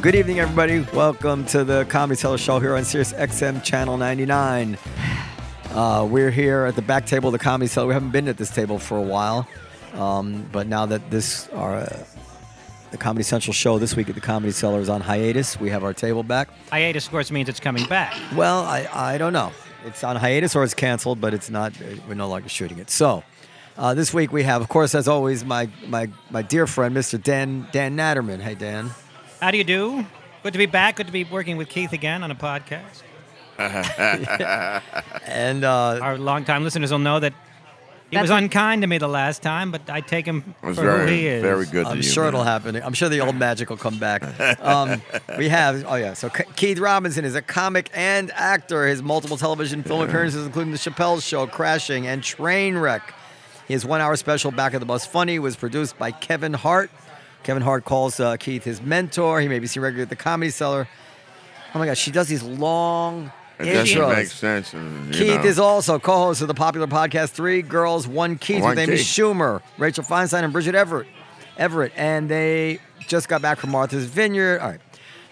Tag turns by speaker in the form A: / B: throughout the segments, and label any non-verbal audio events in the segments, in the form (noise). A: Good evening, everybody. Welcome to the Comedy Cellar Show here on Sirius XM Channel 99. Uh, we're here at the back table of the Comedy Cellar. We haven't been at this table for a while, um, but now that this our uh, the Comedy Central show this week at the Comedy Cellar is on hiatus, we have our table back.
B: Hiatus, of course, means it's coming back.
A: Well, I, I don't know. It's on hiatus or it's canceled, but it's not. uh, We're no longer shooting it. So uh, this week we have, of course, as always, my my my dear friend, Mr. Dan Dan Natterman. Hey, Dan.
B: How do you do? Good to be back. Good to be working with Keith again on a podcast.
A: And uh,
B: Our longtime listeners will know that he was unkind to me the last time, but I take him
C: It was
B: for who he
C: very,
B: is.
C: very good. to
A: I'm
C: you,
A: sure
C: man.
A: it'll happen. I'm sure the old magic will come
C: (laughs)
A: back. Um, we have, oh yeah, so K- Keith Robinson is a comic and actor. His multiple television film appearances, including The Chappelle Show, Crashing, and Trainwreck. His one-hour special, Back of the Bus Funny, was produced by Kevin Hart. Kevin Hart calls uh, Keith his mentor. He may be seen regularly at the Comedy Cellar. Oh my gosh, she does these long
C: It doesn't
A: intros.
C: make sense. and, you
A: Keith
C: know,
A: is also co-host of the popular podcast Three Girls One Keith
C: One
A: with Amy
C: Keith.
A: Schumer, Rachel Feinstein, and Bridget Everett. Everett, and they just got back from Martha's Vineyard. All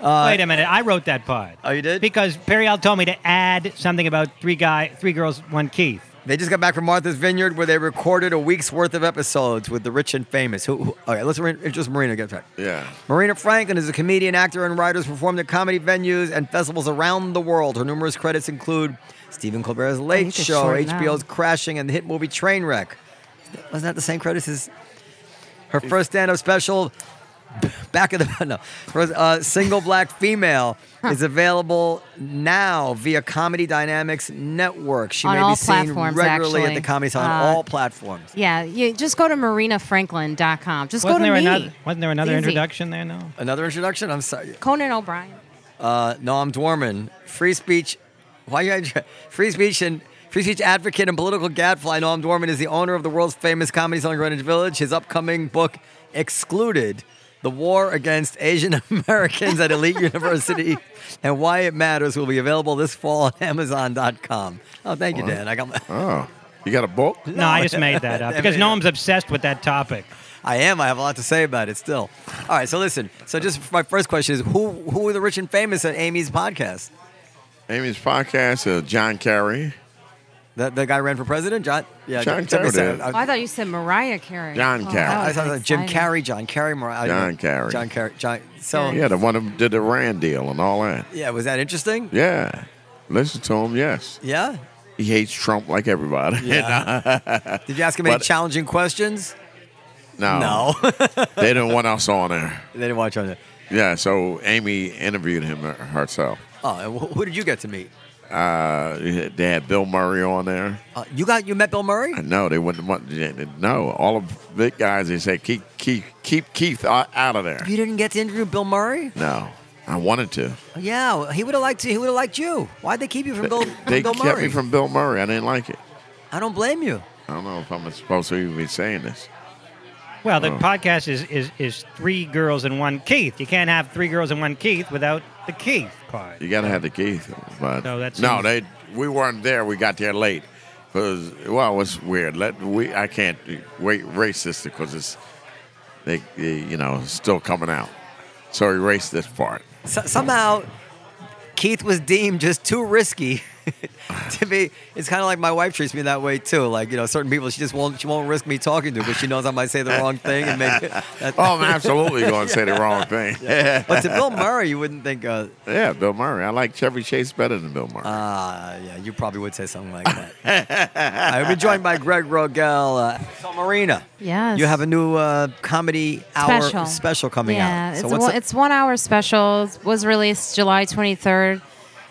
A: right,
B: Wait a minute, I wrote that part.
A: Oh, you did?
B: Because Periel told me to add something about three guy, three girls, one Keith.
A: they just got back from Martha's Vineyard where they recorded a week's worth of episodes with the rich and famous. Who? who all right, let's re- introduce Marina. Get back.
C: Yeah.
A: Marina Franklin is a comedian, actor, and writer who's performed at comedy venues and festivals around the world. Her numerous credits include Stephen Colbert's Late
D: to
A: Show,
D: shorten
A: HBO's Crashing, and the hit movie Trainwreck. Wasn't that the same credits as her first stand-up special? Back of the (laughs) no, her, uh, single black female is available now via Comedy Dynamics Network. She
D: On
A: may
D: all
A: be seen
D: platforms,
A: regularly at
D: actually.
A: the comedy Cellar on
D: Uh,
A: all platforms.
D: Yeah, you just go to marinafranklin.com. Just
B: Wasn't
D: go to
B: there
D: me.
B: another? Wasn't there another
D: It's easy.
B: introduction there? No.
A: Another introduction. I'm sorry.
D: Conan O'Brien.
A: Uh, Noam Dwarman, free speech. Why you (laughs) free speech and free speech advocate and political gadfly Noam Dwarman is the owner of the world's famous comedy cellar in Greenwich Village. His upcoming book, Excluded: The War Against Asian (laughs) Americans at Elite University (laughs) and Why It Matters, will be available this fall on (laughs) Amazon.com. Oh, thank you, Dan. I got. My,
C: Oh, you got a book?
B: No, I just made
D: (laughs)
B: that up because
A: made
B: Noam's obsessed with that topic.
A: I am. I have a lot to say about it still. All right, so listen. So, just my first question is: Who who are the rich and famous at Amy's podcast?
C: Amy's podcast, uh, John Carey.
A: That the guy ran for president, John. Yeah,
C: John
A: John-
C: Kerr did.
A: I-
D: Oh, I thought you said Mariah Carey.
C: John
D: oh,
C: Carey.
D: that
A: Uh, I
D: was
A: thought that Jim
D: exciting.
A: Carey, John Carey, Mariah.
C: John Carey.
A: John Carey. John. So yeah.
C: Yeah, the one who did the Rand deal and all that.
A: was that interesting?
C: Yeah. Listen to him, yes.
A: Yeah.
C: He hates Trump like everybody.
A: Did you ask him any
C: But- Oh.
A: challenging questions?
C: (laughs) no.
A: No, (laughs)
C: they didn't want us on there.
A: they didn't watch on that.
C: Yeah, so Amy interviewed him uh, herself.
A: Oh, and wh- who did you get to meet?
C: Uh, they had Bill Murray on there.
A: Uh, you got you met Bill Murray?
C: No, they wouldn't want. No, all of the big guys. They said keep keep keep Keith out out of there.
A: You didn't get to interview Bill Murray?
C: No, I wanted to.
A: Yeah, he would have liked to, he would have liked you. Why'd they keep you from Bill? from
C: They
A: Bill
C: kept
A: Murray?
C: me from Bill Murray. I didn't like it.
A: I don't blame you.
C: I don't know if I'm supposed to even be saying this.
B: Well,
C: Oh.
B: the podcast is, is is three girls and one Keith. You can't have three girls and one Keith without the Keith part.
C: You gotta have the Keith, but
B: No, that seems-
C: no. They we weren't there. We got there late. Cause well, it was weird. Let we I can't wait racist because it's they, they you know it's still coming out. So erase this part.
A: So, somehow, Keith was deemed just too risky (laughs) to be. It's kind of like my wife treats me that way too. Like you know, certain people she just won't she won't risk me talking to because she knows I might say the wrong thing and make. That,
C: (laughs) Oh, I'm absolutely going to say the wrong thing. (laughs) Yeah.
A: But to Bill Murray, you wouldn't think. Uh,
C: Bill Murray. I like Chevy Chase better than Bill Murray.
A: ah, yeah, you probably would say something like that. I will be joined by Greg Rogel. Uh, so Marina,
D: Yes.
A: you have a new uh, comedy hour
D: Special.
A: special coming
D: yeah,
A: out.
D: it's,
A: so
D: a,
A: what's
D: one-
A: it-
D: it's one hour special. It was released July 23rd,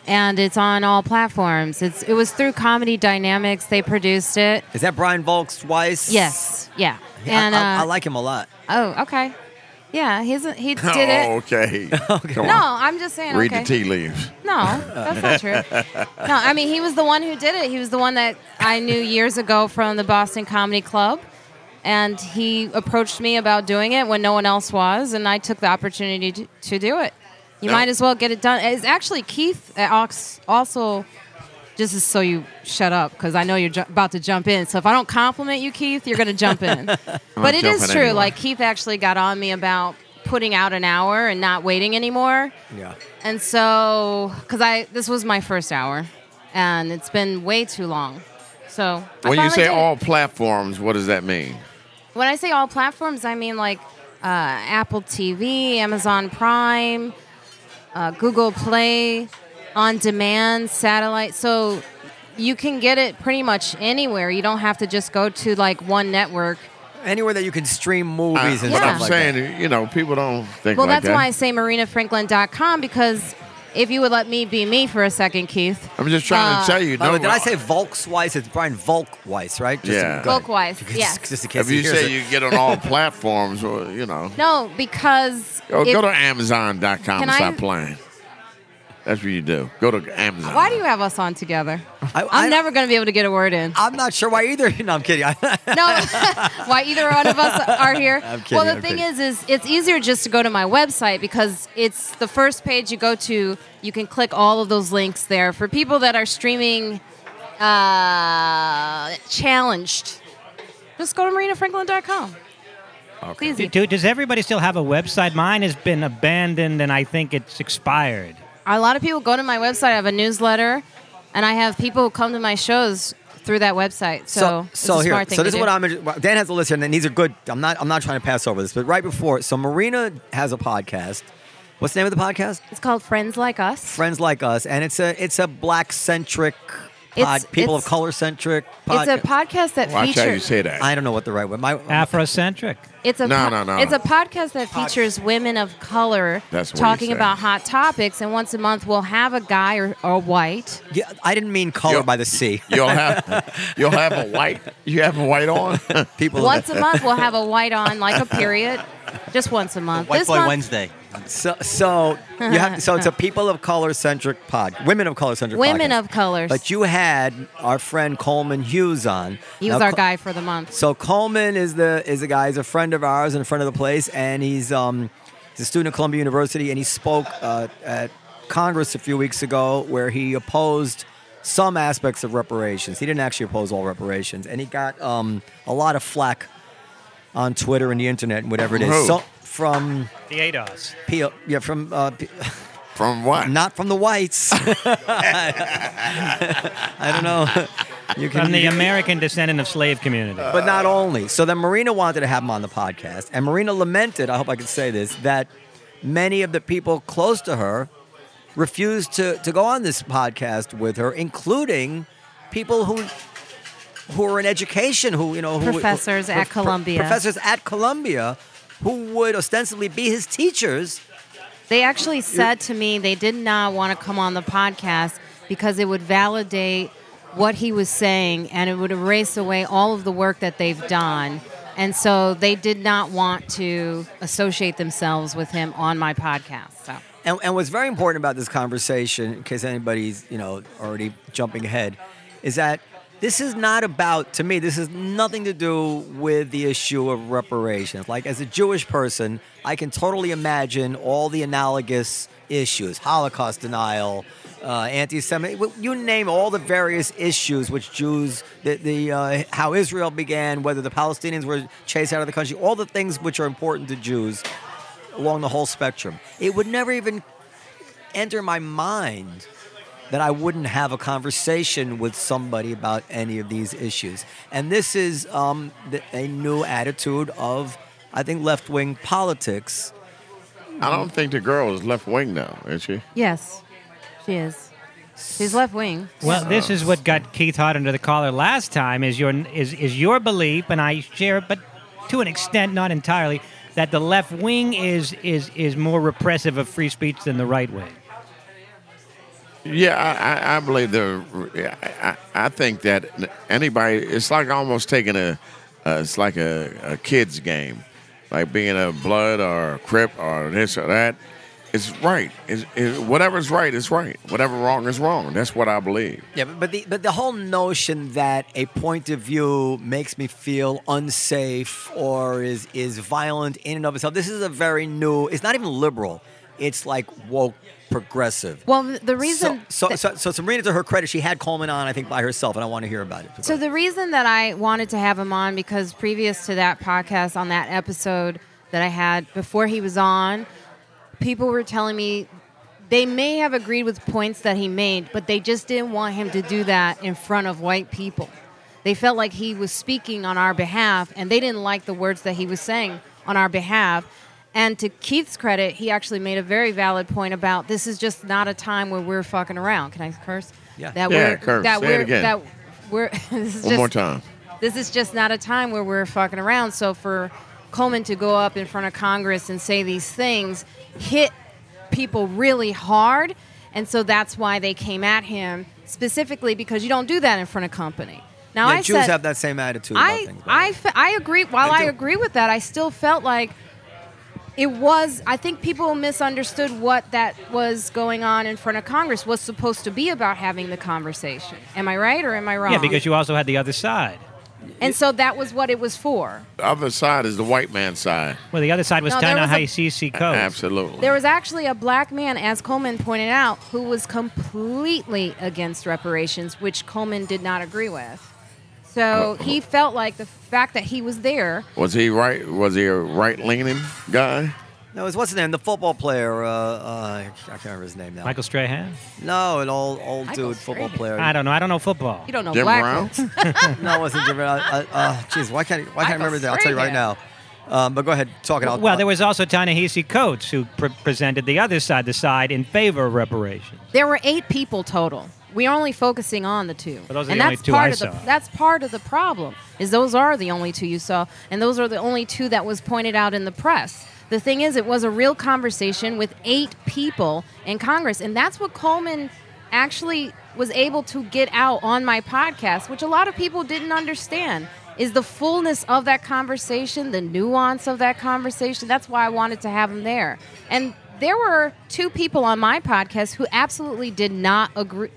D: and it's on all platforms. It's It was through Comedy Dynamics. They produced it.
A: is that Brian Volks Weiss?
D: Yes, yeah.
A: I-
D: And
A: I, I
D: uh,
A: like him a lot.
D: Oh, okay. Yeah, he's
A: (laughs)
D: he did it.
C: Oh, okay. Come
D: No,
C: on.
D: I'm just saying.
C: Read
D: okay.
C: the tea leaves.
D: No, that's not true. No, I mean he was the one who did it. He was the one that I knew years ago from the Boston Comedy Club, and he approached me about doing it when no one else was, and I took the opportunity to, to do it. You
C: No.
D: might as well get it done. It's actually Keith uh, Ox- also. Just as so you shut up, because I know you're ju- about to jump in. So if I don't compliment you, Keith, you're going to jump in. but it is
C: jumping
D: true.
C: anyway.
D: Like Keith actually got on me about putting out an hour and not waiting anymore.
A: Yeah.
D: And so, because I this was my first hour, and it's been way too long. So I
C: When you
D: finally
C: say
D: did it.
C: all platforms, what does that mean?
D: when I say all platforms, I mean like uh, Apple TV, Amazon Prime, uh, Google Play, on demand, satellite. So you can get it pretty much anywhere. You don't have to just go to like one network.
A: Anywhere that you can stream movies
C: Uh,
A: and
C: what
A: stuff
C: I'm
A: like
C: saying,
A: that.
C: you know, people don't think
D: Well,
C: like
D: that's why I
C: that.
D: say marinafranklin.com because if you would let me be me for a second, Keith.
C: I'm just trying
D: uh,
C: to tell you.
A: By the
C: no,
A: way, did I say Volksweiss? It's Brian Volkweiss, right? Just
C: Yeah.
A: go ahead.
D: Volkweiss,
A: Just-
D: yes.
A: Just, in case
C: If
A: he
C: you
A: hears
C: say
A: it.
C: you get on all (laughs) platforms, well, you know,
D: No, because
C: go,
D: if-
C: go to Amazon.com and
D: I-
C: stop playing. That's what you do. Go to Amazon.
D: Why do you have us on together?
A: I-
D: I,
A: I-
D: am never going to be able to get a word in.
A: I'm not sure why either. (laughs) No, I'm kidding. (laughs)
D: no, (laughs) why either one of us are here?
A: I'm kidding,
D: well, the
A: I'm
D: thing
A: kidding.
D: is, is it's easier just to go to my website because it's the first page you go to. You can click all of those links there for people that are streaming uh, challenged. Just go to marinafranklin.com. Okay.
B: Do- do- does everybody still have a website? Mine has been abandoned, and I think it's expired.
D: a lot of people go to my website. I have a newsletter, and I have people who come to my shows through that website. So, it's a
A: here,
D: smart thing
A: so
D: to
A: this is
D: do.
A: what I'm. well, Dan has a list here, and these are good. I'm not. I'm not trying to pass over this, but right before, so Marina has a podcast. What's the name of the podcast?
D: It's called Friends Like Us.
A: Friends like us, and it's a it's a black centric, pod,
D: It's-
A: people
D: it's-
A: of color centric.
D: It's a podcast that
C: Watch how Oh, you
D: features.
C: say that.
A: I don't know what the right word. My
B: Afrocentric.
D: It's a
C: No,
D: po-
C: no, no.
D: It's a podcast that features women of color
C: That's what you
D: talking
C: said.
D: about hot topics, and once a month we'll have a guy or, or white.
A: yeah, I didn't mean color
C: You'll-
A: by the sea.
C: You'll have
A: (laughs)
C: you'll have a white you have a white on. (laughs)
A: People.
D: Once a month we'll have a white on, like a period, just once a month.
E: White
D: this
E: Boy
D: month,
E: Wednesday.
A: So, so you have. So
D: (laughs)
A: it's a people of color centric pod. Women of color centric.
D: Women
A: podcast.
D: of color.
A: But you had our friend Coleman Hughes on.
D: he was
A: Now,
D: our
A: Col-
D: guy for the month.
A: So Coleman is the is a guy. He's a friend of ours and a friend of the place, and he's um he's a student at Columbia University, and he spoke uh, at Congress a few weeks ago where he opposed some aspects of reparations. He didn't actually oppose all reparations, and he got um a lot of flack on Twitter and the internet and whatever it is.
C: From who?
A: So from
B: The ADOS.
A: P- yeah from uh, P-
C: From what?
A: not from the whites. (laughs) I don't know. You
B: From the
A: you
B: American descendant of slave community.
A: But not only. So then Marina wanted to have him on the podcast. And Marina lamented, I hope I can say this, that many of the people close to her refused to, to go on this podcast with her, including people who who are in education, who, you know, who,
D: Professors at Columbia.
A: Professors at Columbia who would ostensibly be his teachers.
D: They actually said to me they did not want to come on the podcast because it would validate what he was saying and it would erase away all of the work that they've done. And so they did not want to associate themselves with him on my podcast. So
A: And, and what's very important about this conversation, in case anybody's you know already jumping ahead, is that this is not about to me. This has nothing to do with the issue of reparations. Like as a Jewish person, I can totally imagine all the analogous issues: Holocaust denial, uh, anti-Semitic. You name all the various issues which Jews, the, the uh, how Israel began, whether the Palestinians were chased out of the country, all the things which are important to Jews along the whole spectrum. It would never even enter my mind that I wouldn't have a conversation with somebody about any of these issues. And this is um, the, a new attitude of, I think, left wing politics.
C: I don't think the girl is left wing though, is she?
D: yes, she is. She's left wing.
B: Well, this is what got Keith Hart under the collar last time. Is your is is your belief, and I share it, but to an extent, not entirely, that the left wing is is is more repressive of free speech than the right wing.
C: Yeah, I, I, I believe the. I, I I think that anybody, it's like almost taking a, uh, it's like a, a kids game. like being a blood or a crip or this or that. It's right. It's, it, whatever's right is right. Whatever wrong is wrong. That's what I believe.
A: Yeah, but but the, but the whole notion that a point of view makes me feel unsafe or is is violent in and of itself. This is a very new. It's not even liberal. It's like woke progressive.
D: Well, the- the reason
A: so, so,
D: that-
A: so, so Sabrina, to her credit, she had Coleman on, I think, by herself, and I want to hear about it.
D: So the reason that I wanted to have him on because previous to that podcast on that episode that I had before he was on, people were telling me they may have agreed with points that he made, but they just didn't want him to do that in front of white people. They felt like he was speaking on our behalf and they didn't like the words that he was saying on our behalf. And to Keith's credit, he actually made a very valid point about this is just not a time where we're fucking around. Can I curse?
A: Yeah.
D: That
C: Yeah,
D: we're
C: curse.
D: that
C: Say it
D: we're
C: again.
D: that we're (laughs) this is
C: One
D: just-
C: more time.
D: this is just not a time where we're fucking around. So for Coleman to go up in front of Congress and say these things hit people really hard. And so that's why they came at him specifically because you don't do that in front of company. Now
A: yeah,
D: I
A: Jews
D: said,
A: have that same attitude. about
D: I,
A: things, by the
D: I,
A: way.
D: fe- I agree. While
A: They
D: I
A: do.
D: agree with that, I still felt like it was. I think people misunderstood what that was going on in front of Congress was supposed to be about having the conversation. Am I right or am I wrong?
B: Yeah, because you also had the other side.
D: and so that was what it was for.
C: The other side is the white man's side.
B: Well, the other side was
D: No, there was a-
B: Tanahashi C. Coates.
C: Absolutely.
D: There was actually a black man, as Coleman pointed out, who was completely against reparations, which Coleman did not agree with. So he felt like the fact that he was there,
C: Was he right? Was he a right leaning guy?
A: no, it's what's his name? The football player. Uh, uh, I can't remember his name now.
B: Michael Strahan?
A: No, an old old
D: Michael
A: dude football
D: Strahan.
A: player.
B: I don't know. I don't know football.
D: you don't know
C: Jim
D: black
C: Brown?
D: folks.
A: No, it wasn't Jim Brown. Uh, uh, Jeez, why can't why can't I
D: Michael
A: remember that? I'll tell you right now.
D: Strahan.
A: Um, but go ahead, talk it out.
B: Well, there was also Ta-Nehisi Coates who pre- presented the other side, the side in favor of reparations.
D: There were eight people total. We're only focusing on the two,
B: But those are
D: and
B: the only
D: that's
B: two
D: part
B: I
D: of the
B: saw.
D: that's part of the problem. Is those are the only two you saw, and those are the only two that was pointed out in the press. The thing is, it was a real conversation with eight people in Congress, and that's what Coleman actually was able to get out on my podcast, which a lot of people didn't understand. Is the fullness of that conversation, the nuance of that conversation? That's why I wanted to have him there. And there were two people on my podcast who absolutely did not agree.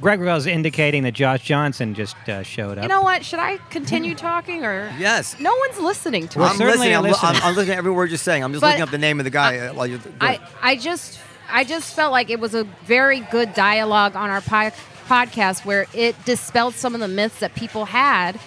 B: Greg Rell's indicating that Josh Johnson just uh, showed up.
D: You know what? Should I continue talking or?
A: Yes.
D: No one's listening to
B: Well,
D: us.
A: I'm listening.
B: certainly
A: I'm, li- I'm,
B: listening.
A: I'm listening to every word you're saying. I'm just
D: But
A: looking up the name of the guy uh, while you're. go
D: I,
A: ahead.
D: I just I just felt like it was a very good dialogue on our po- podcast where it dispelled some of the myths that people had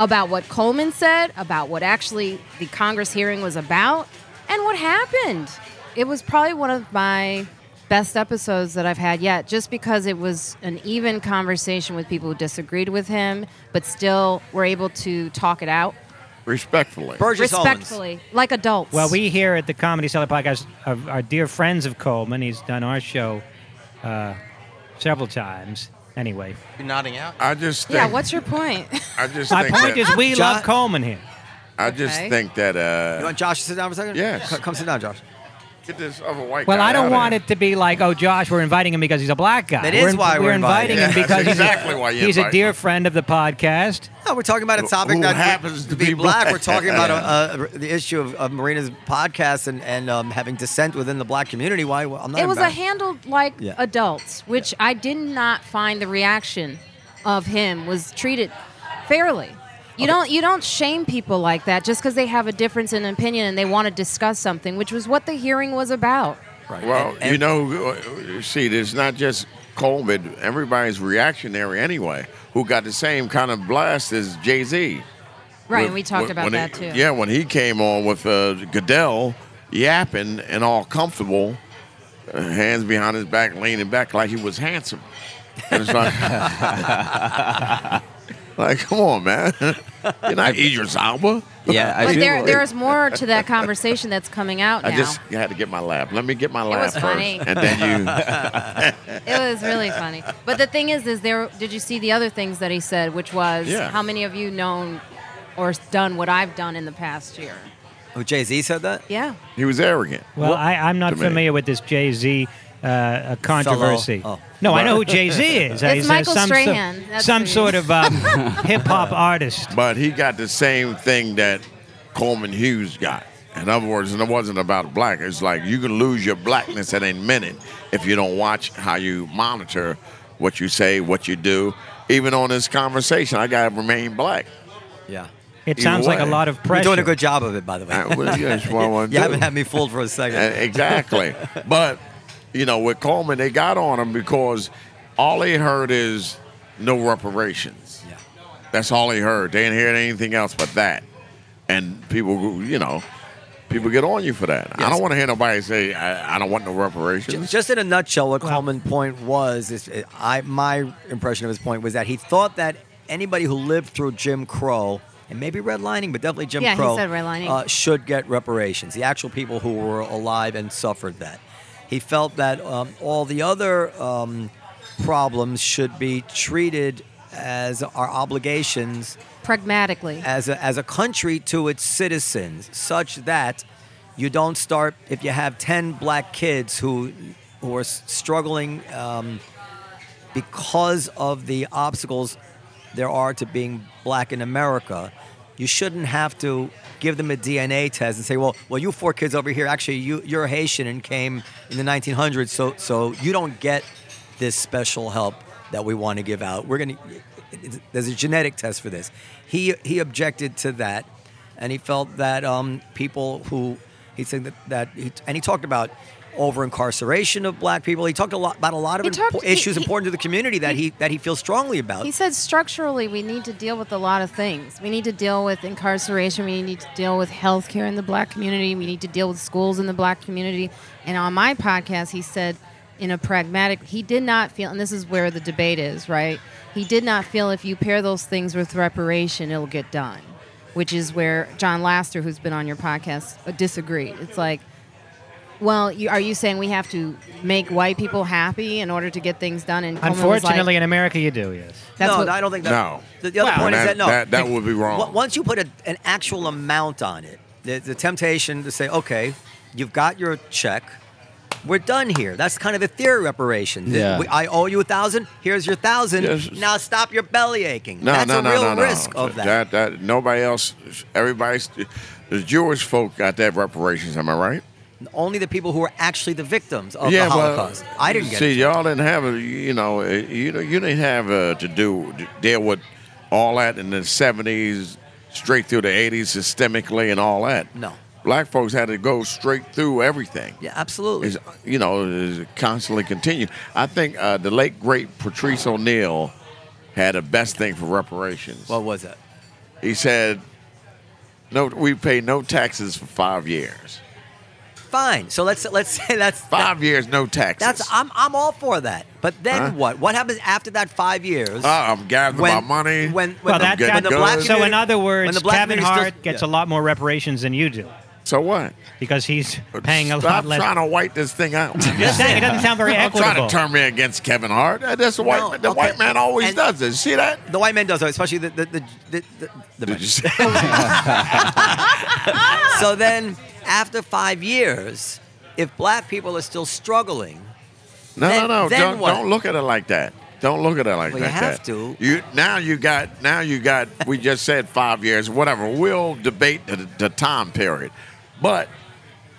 D: about what Coleman said, about what actually the Congress hearing was about, and what happened. It was probably one of my best episodes that I've had yet, just because it was an even conversation with people who disagreed with him, but still were able to talk it out
C: Respectfully.
A: Burgess Owens.
D: respectfully, like adults.
B: Well, we here at the Comedy Cellar Podcast are, are dear friends of Coleman. He's done our show uh, several times. Anyway,
E: You're nodding out.
C: I just think.
D: yeah. What's your point?
C: I just
B: my
C: think
B: point
C: that,
B: is we
A: Jo-
B: love Coleman here.
C: I just
D: Okay.
C: think that.
A: You
C: Uh,
A: want Josh to sit down for a second?
C: Yes.
A: Co- Come sit down, Josh.
C: get this other white.
B: Well,
C: guy
B: I don't
C: out
B: want
C: of
B: it to be like, oh, Josh, we're inviting him because he's a black guy.
A: That is
B: in-
A: why we're inviting
B: inviting him
C: him. (laughs) Yeah,
B: because
C: that's
B: he's a-
C: exactly why you
B: he's a
C: invite
B: dear
C: him.
B: friend of the podcast.
A: No, we're talking about a topic
C: who
A: that
C: happens to
A: be
C: be
A: black.
C: black.
A: We're talking about
C: (laughs)
A: uh, uh, the issue of, of Marina's podcast and and um, having dissent within the black community. Why? well, (laughs) I'm not.
D: it was a
A: embarrassed.
D: handled like
A: Yeah.
D: adults, which I did not find the reaction of him was treated fairly. You don't you don't shame people like that just because they have a difference in opinion and they want to discuss something, which was what the hearing was about.
A: Right.
C: Well,
A: And- and-
C: you know, uh, see, there's not just Coleman. Everybody's reactionary anyway. Who got the same kind of blast as Jay Z?
D: Right,
C: When-
D: and we talked
C: when-
D: about
C: when
D: that
C: he-
D: too.
C: Yeah, when he came on with uh, Goodell yapping and all comfortable, uh, hands behind his back, leaning back like he was handsome. And it's like, (laughs) like, come on, man. (laughs) You're not Idris Alba.
E: Yeah, I
D: But
E: do.
D: there there is more to that conversation that's coming out now.
C: I just had to get my lap. Let me get my lap
D: was
C: first,
D: funny.
C: and then
A: (laughs)
C: you.
D: it was really funny. But the thing is, is there? Did you see the other things that he said, which was
C: Yeah.
D: how many of you known or done what I've done in the past year?
A: oh, Jay Z said that.
D: Yeah.
C: He was arrogant.
B: Well, I, I'm not
C: to me.
B: familiar with this Jay Z uh, uh, controversy.
A: Fellow- oh.
B: No, I know who Jay
A: (laughs)
B: Z is. He's, uh,
D: Michael
B: some, so-
D: Strahan. That's
B: some
D: (laughs) who he
B: sort
D: is.
B: of um, hip hop artist.
C: But he got the same thing that Coleman Hughes got. In other words, and it wasn't about black. It's like you can lose your blackness in a minute if you don't watch how you monitor what you say, what you do. Even on this conversation, I gotta remain black.
A: Yeah.
B: It sounds like a
C: way.
B: lot of
A: You're
B: pressure.
A: doing a good job of it, by the way.
C: Uh, well, yes, what I
A: (laughs)
C: wanna
A: you haven't
C: do.
A: had me fooled for a second.
C: Uh, exactly. but you know, with Coleman, they got on him because all they heard is no reparations.
A: yeah.
C: That's all they heard. They didn't hear anything else but that. And people, who- you know, people get on you for that. I
A: Yes.
C: don't want to hear nobody say, I, I don't want no reparations.
A: Ju- Just in a nutshell, what Coleman's point was is uh, I my impression of his point was that he thought that anybody who lived through Jim Crow and maybe redlining, but definitely Jim
D: Yeah, he
A: Crow,
D: said redlining.
A: Uh, should get reparations. The actual people who were alive and suffered that. He felt that um, all the other um, problems should be treated as our obligations
D: pragmatically.
A: as a, as a country to its citizens, such that you don't start if you have ten black kids who who are s- struggling um, because of the obstacles there are to being black in America. You shouldn't have to give them a DNA test and say, "Well, well, you four kids over here, actually, you you're Haitian and came in the 1900s, so so you don't get this special help that we want to give out. We're gonna there's a genetic test for this." He he objected to that, and he felt that um, people who he said that, that he, and he talked about over incarceration of black people. He talked a lot about a lot of
D: He talked-
A: impo-
D: he-
A: issues
D: he-
A: important to the community that he that he feels strongly about.
D: He said structurally, we need to deal with a lot of things. We need to deal with incarceration. We need to deal with healthcare in the black community. We need to deal with schools in the black community. And on my podcast, he said, in a pragmatic, he did not feel, and this is where the debate is, right? He did not feel if you pair those things with reparation, it'll get done, which is where John Laster, who's been on your podcast, uh, disagreed. It's like, well, you, are you saying we have to make white people happy in order to get things done? And Coleman was like,
B: Unfortunately, in America, you do. Yes.
D: that's
A: no,
D: what,
A: I don't think that.
C: No.
A: The, the other
B: Well,
A: point is
C: that-
A: that no,
C: that- that would be wrong.
A: Wa- Once you put a, an actual amount on it, the, the temptation to say, okay, you've got your check, we're done here. That's kind of the theory of reparation. The-
E: Yeah.
A: we- I owe you a thousand. Here's your thousand.
C: Yes.
A: Now stop your belly aching.
C: No,
A: That's
C: no,
A: a
C: no,
A: real
C: no, no.
A: risk of that.
C: That, Nobody else, everybody's, the Jewish folk got that reparations, am I right?
A: Only the people who were actually the victims of the
C: but
A: Holocaust. I didn't get
C: see,
A: it.
C: y'all didn't have a, you know, uh, you know, you didn't have uh, to do deal with all that in the seventies, straight through the eighties, systemically and all that.
A: No.
C: black folks had to go straight through everything.
A: Yeah, absolutely.
C: It's, you know, it's constantly continued. I think uh, the late great Patrice O'Neill had the best thing for reparations.
A: What was it?
C: he said, "No, we pay no taxes for five years.
A: Fine. So let's let's (laughs) say that's
C: Five years, no taxes."
A: That's I'm I'm all for that. But then
C: Huh?
A: what? What happens after that five years?
C: Uh, I'm gathering my money.
A: When, when
B: Well,
A: the-
B: that,
C: good
A: when
B: that
A: the
C: goes.
A: black
B: so in
A: community-
B: other words,
A: when the black
B: Kevin
A: community still-
B: Hart gets
A: yeah.
B: a lot more reparations than you do
C: so what?
B: because he's paying a
C: Stop
B: lot less.
C: trying to white this thing out.
B: (laughs) Just saying, it doesn't sound very
C: Don't try
B: equitable.
C: to turn me against Kevin Hart. That- That's the white.
A: No,
C: the
A: okay.
C: white man always
A: And-
C: does this. See that?
A: The white man does, though, especially the the the. the, the, the
C: Did you see?
A: so then, after five years, if black people are still struggling,
C: (laughs) No,
A: Then-
C: no, no.
A: then
C: don't,
A: what?
C: don't look at it like that. Don't look at it like
A: Well, you
C: that.
A: have
C: that.
A: to.
C: You now you got now you got. we just said five years, whatever. We'll debate the, the time period, but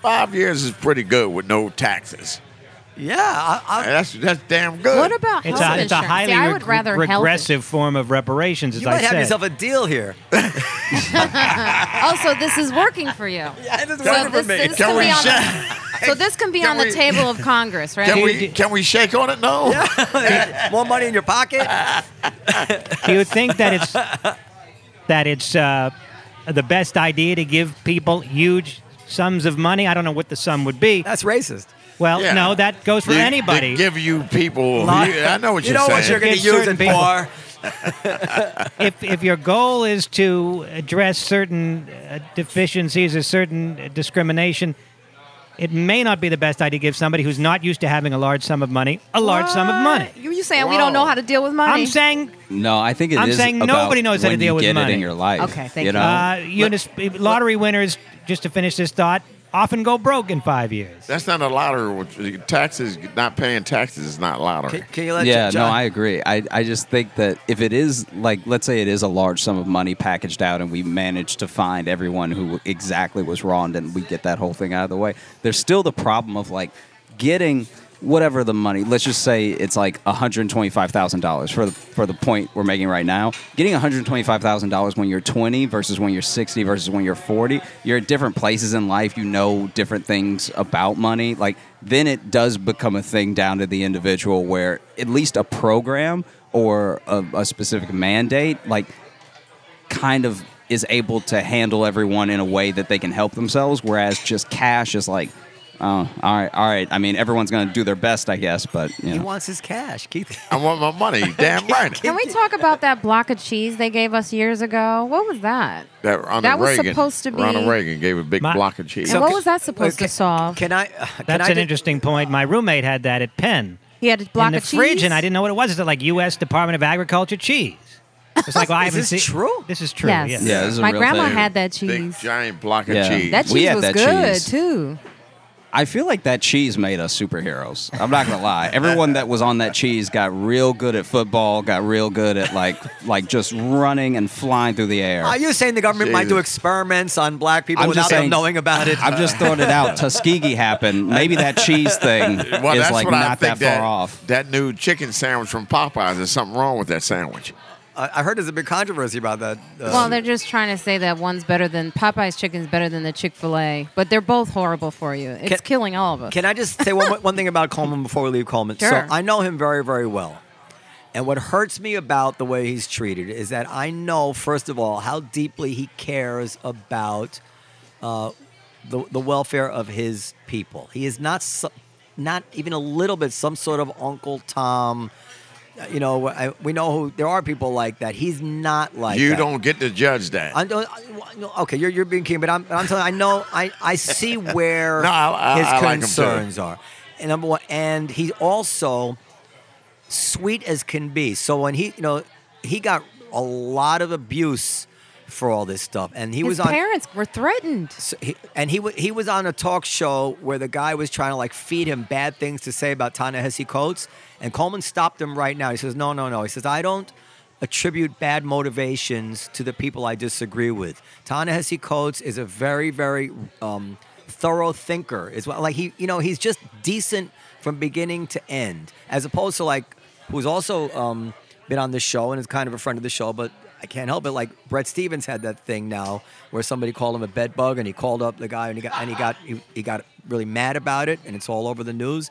C: five years is pretty good with no taxes.
A: yeah, I, I,
C: That's that's damn good.
D: What about
B: It's
D: health
B: a, it's a
D: insurance?
B: highly
D: See, I would
B: reg-
D: rather health-
B: regressive form of reparations, as
A: you
B: I
A: might
B: said.
A: have yourself a deal
C: (laughs)
A: here.
D: Also, Oh, this is working for
E: (laughs)
D: you.
A: Yeah, this is
D: So
A: working for
D: this,
A: me.
D: this
C: Can
D: can
C: we
D: be on
C: share?
D: the, so this can be
C: Can
D: on the
C: we-
D: table of Congress, right?
C: Can we can we shake on it? No.
A: More money in your pocket.
B: Do you think that it's that it's uh, the best idea to give people huge sums of money? I don't know what the sum would be.
A: That's racist.
B: Well,
C: Yeah.
B: no, that goes for
C: They- they
B: anybody.
C: give you people.
B: Lot-
C: you- I know what
A: You
C: you're
A: know
C: saying.
A: what you're going to
B: Give
A: use
B: certain
A: it
B: people-
A: for?
B: (laughs) if if your goal is to address certain uh, deficiencies or certain uh, discrimination, it may not be the best idea to give somebody who's not used to having a large sum of money a large sum of money.
D: You you saying we don't know how to deal with money?
B: I'm saying,
E: No, I think it
B: I'm
E: is
B: saying
E: about
B: nobody knows how to
E: when
B: deal
E: you
B: with
E: get
B: money.
E: it in your life.
D: Okay, thank you.
E: know?
B: uh, Eunice, lottery winners. Just to finish this thought, often go broke in five years.
C: That's not a lottery. which- Taxes, not paying taxes is not lottery.
A: Can, can you let
E: yeah,
A: John?
E: no, I agree. I, I just think that if it is like, let's say it is a large sum of money packaged out, and we manage to find everyone who exactly was wronged, and we get that whole thing out of the way. There's still the problem of like getting whatever the money. Let's just say it's like 125 thousand dollars for the for the point we're making right now. Getting 125 thousand dollars when you're 20 versus when you're 60 versus when you're 40. You're at different places in life. You know different things about money. Like then it does become a thing down to the individual where at least a program or a, a specific mandate like kind of is able to handle everyone in a way that they can help themselves whereas just cash is like oh all right all right i mean everyone's going to do their best i guess but you
A: He
E: know
A: wants his cash, Keith.
C: I want my money. Damn right.
D: Can we talk about that block of cheese they gave us years ago? What was that?
C: That, Ronald
D: That was
C: Reagan,
D: supposed to be-
C: Ronald Reagan gave a big
B: My-
C: block of cheese.
D: And what was that supposed to solve?
A: Can I? uh, can
B: That's
A: I
B: an
A: di-
B: interesting point. My roommate had that at Penn.
D: He had a block
B: in the
D: of cheese.
B: fridge, and I didn't know what it was. It's like U.S. Department of Agriculture cheese. It's
D: (laughs)
B: like well, I
A: Is
B: haven't
A: this
B: seen.
A: true?
B: This is true.
D: Yes.
B: Yes.
E: Yeah, this is a
D: My
E: real
D: grandma
E: thing.
D: had that
C: Big
D: cheese.
C: giant block of
E: Yeah.
C: cheese.
D: that
E: We
D: cheese
E: had
D: was
E: that
D: good
E: cheese.
D: too.
E: i feel like that cheese made us superheroes i'm not going to lie everyone that was on that cheese got real good at football got real good at like like just running and flying through the air
A: Are you saying the government might do
C: Jesus.
A: experiments on black people
E: I'm
A: without
E: just
A: them
E: saying-
A: knowing about it?
E: i'm
C: uh,
E: just throwing it
C: (laughs)
E: out tuskegee happened maybe that cheese thing
C: well,
E: is
C: that's
E: like
C: what I
E: not
C: think
E: that far off
C: That new chicken sandwich from Popeyes. There's something wrong with that sandwich.
A: Uh, I I heard there's a big controversy about that. uh,
D: Well, they're just trying to say that one's better than Popeye's chicken's better than the Chick Fil A, but they're both horrible for you. It's
A: Can-
D: killing all of us.
A: Can I just say one, one thing about Coleman before we leave Coleman?
D: Sure.
A: So I know him very, very well. And what hurts me about the way he's treated is that I know, first of all, how deeply he cares about uh, the, the welfare of his people. He is not, so, not even a little bit, some sort of Uncle Tom. Uh, You know, I, we know who there are people like that. He's not like
C: you
A: that.
C: don't get to judge that.
A: I don't. I- no, okay, you're you're being king, but I'm, but I'm telling. you, I know. I I
C: (laughs)
A: see where
C: No, I- I-
A: his
C: I like him too.
A: concerns are, and number one, and he's also sweet as can be. So when he, you know, he got a lot of abuse for all this stuff, and he
D: His
A: was on.
D: parents were threatened.
A: So he, and he wa- he was on a talk show where the guy was trying to like feed him bad things to say about Ta-Nehisi Coates, and Coleman stopped him right now. He says, "No, no, no." He says, "I don't attribute bad motivations to the people I disagree with. Ta-Nehisi Coates is a very, very um, thorough thinker. Is what like he, you know, he's just decent from beginning to end, as opposed to like who's also um, been on the show and is kind of a friend of the show, but I can't help it. Like Brett Stevens had that thing now where somebody called him a bed bug, and he called up the guy, and he got and he got he, he got really mad about it, and it's all over the news.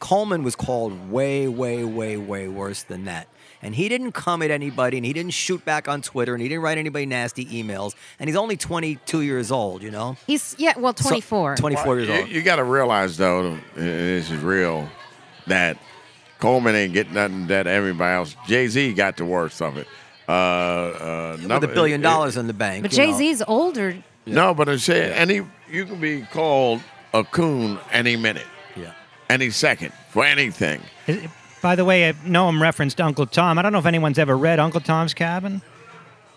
A: Coleman was called way, way, way, way worse than that. And he didn't come at anybody, and he didn't shoot back on Twitter, and he didn't write anybody nasty emails. And he's only 22 years old, you know,
D: He's yeah, well,
A: So-
D: 24.
A: 24 years
C: You,
A: old.
C: you got to realize though, uh, this is real. That Coleman ain't getting nothing that everybody else. Jay Z got the worst of it. Uh, uh,
A: with
C: number-
A: a billion
C: it-
A: dollars in the bank.
D: but
A: you know.
D: Jay Z's older.
C: No, but I'm saying any you can be called a coon any minute,
A: Yeah.
C: any second for anything.
B: Is it- By the way, I- Noam referenced Uncle Tom. I don't know if anyone's ever read Uncle Tom's Cabin,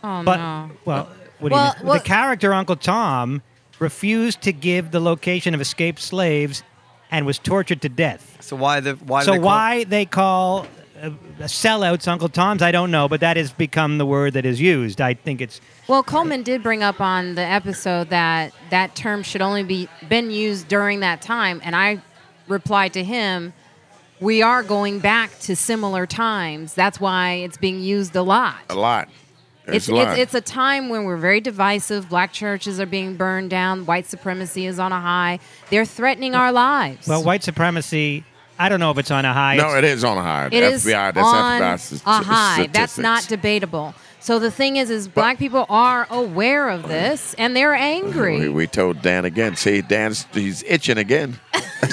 D: Oh
B: but
D: no.
B: well, what
D: Well,
B: do you mean?
D: well-
B: the character Uncle Tom refused to give the location of escaped slaves and was tortured to death.
A: So why the why? do
B: so
A: they call-
B: why they call uh, sellouts Uncle Tom's, I don't know, but that has become the word that is used. I think it's
D: Well, Coleman did bring up on the episode that that term should only be been used during that time, and I replied to him, "We are going back to similar times. That's why it's being used a lot.
C: A lot. There's
D: It's
C: a lot.
D: it's, it's a time when we're very divisive. Black churches are being burned down. White supremacy is on a high. They're threatening our lives.
B: well, white supremacy. I don't know if it's on a high.
C: no,
B: It's-
C: it is on a high.
D: It is
C: FBI, that's
D: on
C: FBI st-
D: a high. That's
C: statistics.
D: not debatable. So the thing is, is black people are aware of this and they're angry.
C: We, we told Dan again. See, Dan's he's itching again.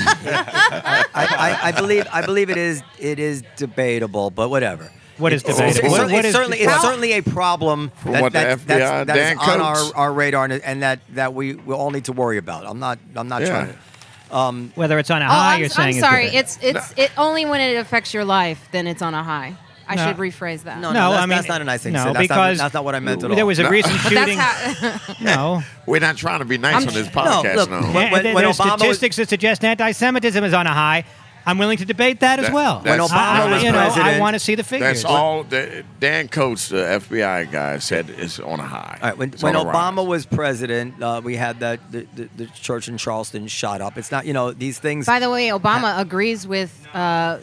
A: I, I, I believe I believe it is it is debatable, but whatever.
B: What is
A: It's- it's-
C: debatable?
A: It's, certainly-
B: what
C: What-
A: it's
B: is-
A: certainly it's
B: how-
A: certainly a problem that,
C: what the
A: that's-
C: FBI,
A: that's, that is
C: Dan
A: on
C: Coates.
A: our, our radar and, and that that we, we all need to worry about. I'm not I'm not
C: Yeah.
A: trying to.
B: whether it's on a
D: Oh,
B: high,
D: I'm,
B: Ah, you're saying
D: I'm sorry.
B: It's,
D: It's it's it only when it affects your life, then it's on a high. I
B: No.
D: should rephrase that.
A: No, no,
B: No,
A: that's,
B: I mean-
A: that's not a nice thing. to
B: no,
A: say. that's
B: because
A: not, that's not what I meant at all.
B: There was a recent shooting.
D: That's how. (laughs)
B: no.
C: We're not trying to be nice
D: I'm-
C: on this
A: no,
C: podcast.
A: look,
C: no.
A: When- when-
B: And there
A: when
B: there are
A: Obama was-
B: statistics that suggest anti-Semitism is on a high. I'm willing to debate that as
C: That-
B: well.
C: When
B: I-
C: Obama
B: I,
C: was
B: you know, I
A: president,
B: want to see the figures.
C: That's all. That Dan Coates, the FBI guy, said it's on a high.
A: All right, when,
C: It's
A: when
C: on a
A: Obama
C: rise.
A: was president, uh, we had that the, the, the church in Charleston shot up. It's not, you know, these things.
D: By the way, Obama agrees with uh,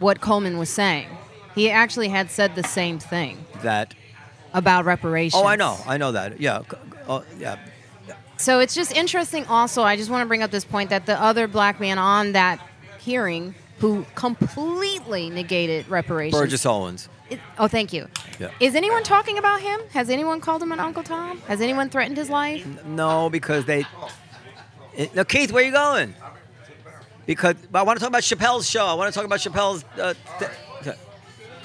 D: what Coleman was saying. He actually had said the same thing
A: that.
D: about reparations.
A: Oh, I know, I know that. Yeah, c- oh, yeah.
D: So it's just interesting. Also, I just want to bring up this point that the other black man on that hearing who completely negated reparations.
A: Burgess Owens.
D: It- oh, thank you.
A: Yeah.
D: Is anyone talking about him? Has anyone called him an Uncle Tom? Has anyone threatened his life?
A: No, because they. It, no, Keith, where you going? Because I want to talk about Chappelle's show. I want to talk about Chappelle's. Uh, th- th-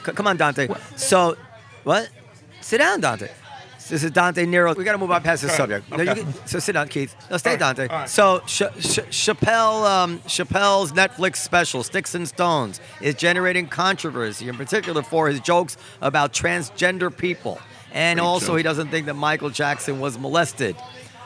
A: c- come on, Dante. So, what? Sit down, Dante. This is Dante Nero. We got to move on past this subject. No, you can- so sit down, Keith. No, stay, Dante. So Ch- Ch- Chappelle, um, Chappelle's Netflix special "Sticks and Stones" is generating controversy, in particular for his jokes about transgender people, and also he doesn't think that Michael Jackson was molested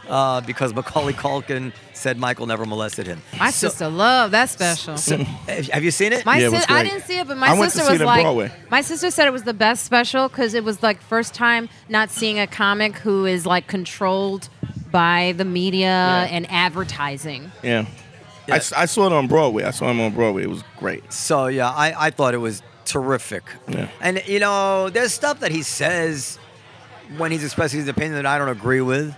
A: uh, because Macaulay Culkin said Michael never molested him.
D: My
A: So-
D: sister loved that special.
A: so- have you seen it?
D: My
F: Mm. Yeah, it was
D: sis- I
F: great.
D: didn't see it, but my
F: I went to
D: sister
F: see
D: was
F: it on
D: like,
F: Broadway.
D: my sister said it was the best special because it was like first time not seeing a comic who is like controlled by the media and advertising.
F: Yeah. I s I I, saw it on Broadway. I saw him on Broadway. It was great.
A: So yeah, I, I thought it was terrific.
F: Yeah.
A: And you know, there's stuff that he says when he's expressing his opinion that I don't agree with.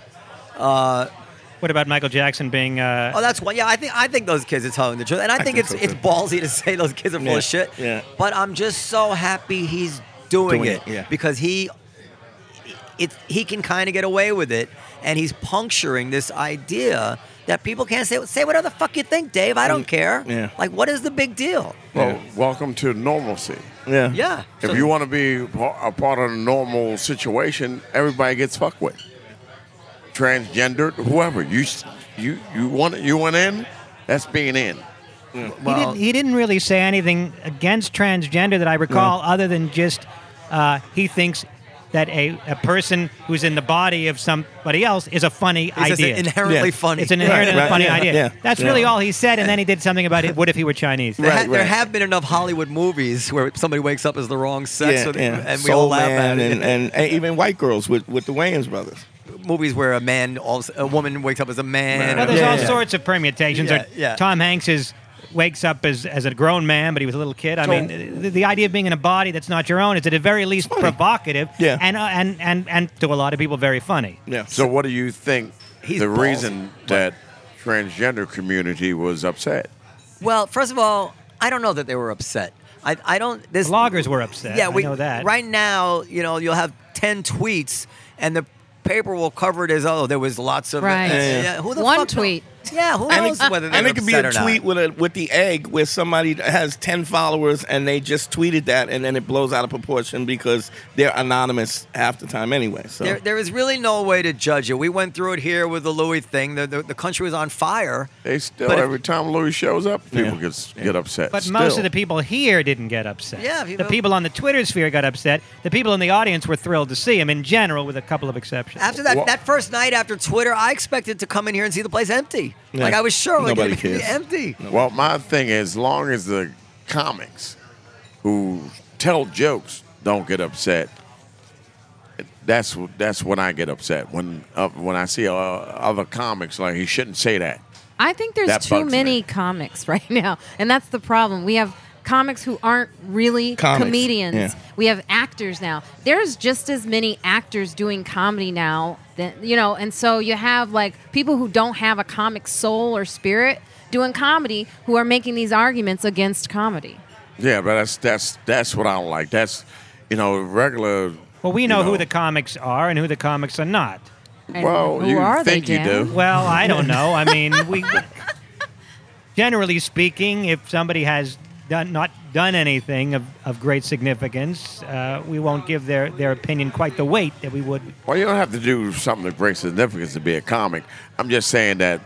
B: what about Michael Jackson being? Uh,
A: Oh, that's why. Yeah, I think I think those kids are telling the truth, and I, think,
F: think
A: it's
F: so,
A: it's
F: too.
A: ballsy to (laughs) say those kids are full
F: Yeah,
A: of shit.
F: yeah.
A: But I'm just so happy he's doing,
F: Doing
A: it,
F: it, yeah.
A: because he it he can kind of get away with it, and he's puncturing this idea that people can't say say whatever the fuck you think, Dave. I don't care.
F: yeah.
A: Like, what is the big deal?
C: Well, welcome to normalcy.
F: Yeah.
A: Yeah.
C: If
A: So-
C: you want to be pa- a part of a normal situation, everybody gets fucked with. Transgendered, whoever you s- you you want you want in, that's being in.
B: he,
A: well,
B: didn't, he didn't really say anything against transgender that I recall, other than just uh, he thinks that a, a person who's in the body of somebody else is a funny
A: it's just
B: idea.
A: inherently
F: Yeah.
A: funny.
B: it's an inherently
F: right,
B: funny
F: yeah,
B: idea.
F: yeah,
B: That's
F: yeah.
B: really all he said, and then he did something about it. What if he were Chinese?
A: There, ha-
F: Right,
A: there
F: right.
A: have been enough Hollywood movies where somebody wakes up as the wrong sex,
F: Yeah,
A: and-
F: yeah.
A: and we
F: Soul
A: all laugh at
F: Man
A: it.
F: and, and, and even white girls with, with the Wayans brothers.
A: (laughs) movies where a man, also, a woman wakes up as a man.
B: Well, there's
A: Yeah,
B: all
A: yeah.
B: sorts of permutations.
A: Yeah,
B: or
A: yeah.
B: Tom Hanks is wakes up as, as a grown man, but he was a little kid. I mean, the, the idea of being in a body that's not your own is at the very least provocative,
F: Yeah.
B: and, uh, and and and to a lot of people very funny.
F: Yeah.
C: So, what do you think
A: He's
C: the
A: ballsy.
C: reason that transgender community was upset?
A: Well, first of all, I don't know that they were upset. I, I don't. This
B: Bloggers were upset.
A: Yeah,
B: I
A: we
B: know that.
A: Right now, you know, you'll have ten tweets, and the paper will cover it as oh, there was lots of
D: Right.
A: Yeah,
F: Yeah.
A: who the
D: One
A: fuck kno-
D: tweet.
A: Yeah, who
F: And
A: knows
F: it,
A: whether they
F: and
A: were
F: it could be
A: upset
F: a
A: or not.
F: tweet with a with the egg where somebody has ten followers and they just tweeted that and then it blows out of proportion because they're anonymous half the time anyway. So
C: Oh.
A: There, there is really no way to judge it. We went through it here with the Louis thing. The, the, the country was on fire.
C: They still
A: But if-
C: every time Louis shows up, people
F: Yeah.
C: get get upset.
B: But most
C: still.
B: of the people here didn't get upset.
A: Yeah, people-
B: the people on the Twitter sphere got upset. The people in the audience were thrilled to see him in general, with a couple of exceptions.
A: After that,
C: Well-
A: that first night after Twitter, I expected to come in here and see the place empty.
F: Yeah.
A: Like I was sure it was
F: Nobody
A: going to be
F: cares.
A: empty.
C: Well, my thing is, as long as the comics who tell jokes don't get upset, that's wh- that's when I get upset. When uh, when I see uh, other comics like he shouldn't say that.
D: I think there's
C: That
D: too
C: bugs me.
D: many comics (laughs) right now, and that's the problem. We have comics who aren't really
F: Comics,
D: comedians.
F: yeah.
D: We have actors now. There's just as many actors doing comedy now that you know, and so you have like people who don't have a comic soul or spirit doing comedy who are making these arguments against comedy.
C: Yeah, but that's that's that's what I don't like. That's you know regular.
B: well, we
C: you
B: know, who the comics are and who the comics are not.
D: And
C: well,
D: who
C: you
D: are
C: think
D: they,
C: you
D: Dan?
C: do?
B: Well, I don't know.
A: (laughs)
B: I mean, we generally speaking, if somebody has done not done anything of, of great significance, uh, we won't give their, their opinion quite the weight that we would.
C: Well, you don't have to do something of great significance to be a comic. I'm just saying that,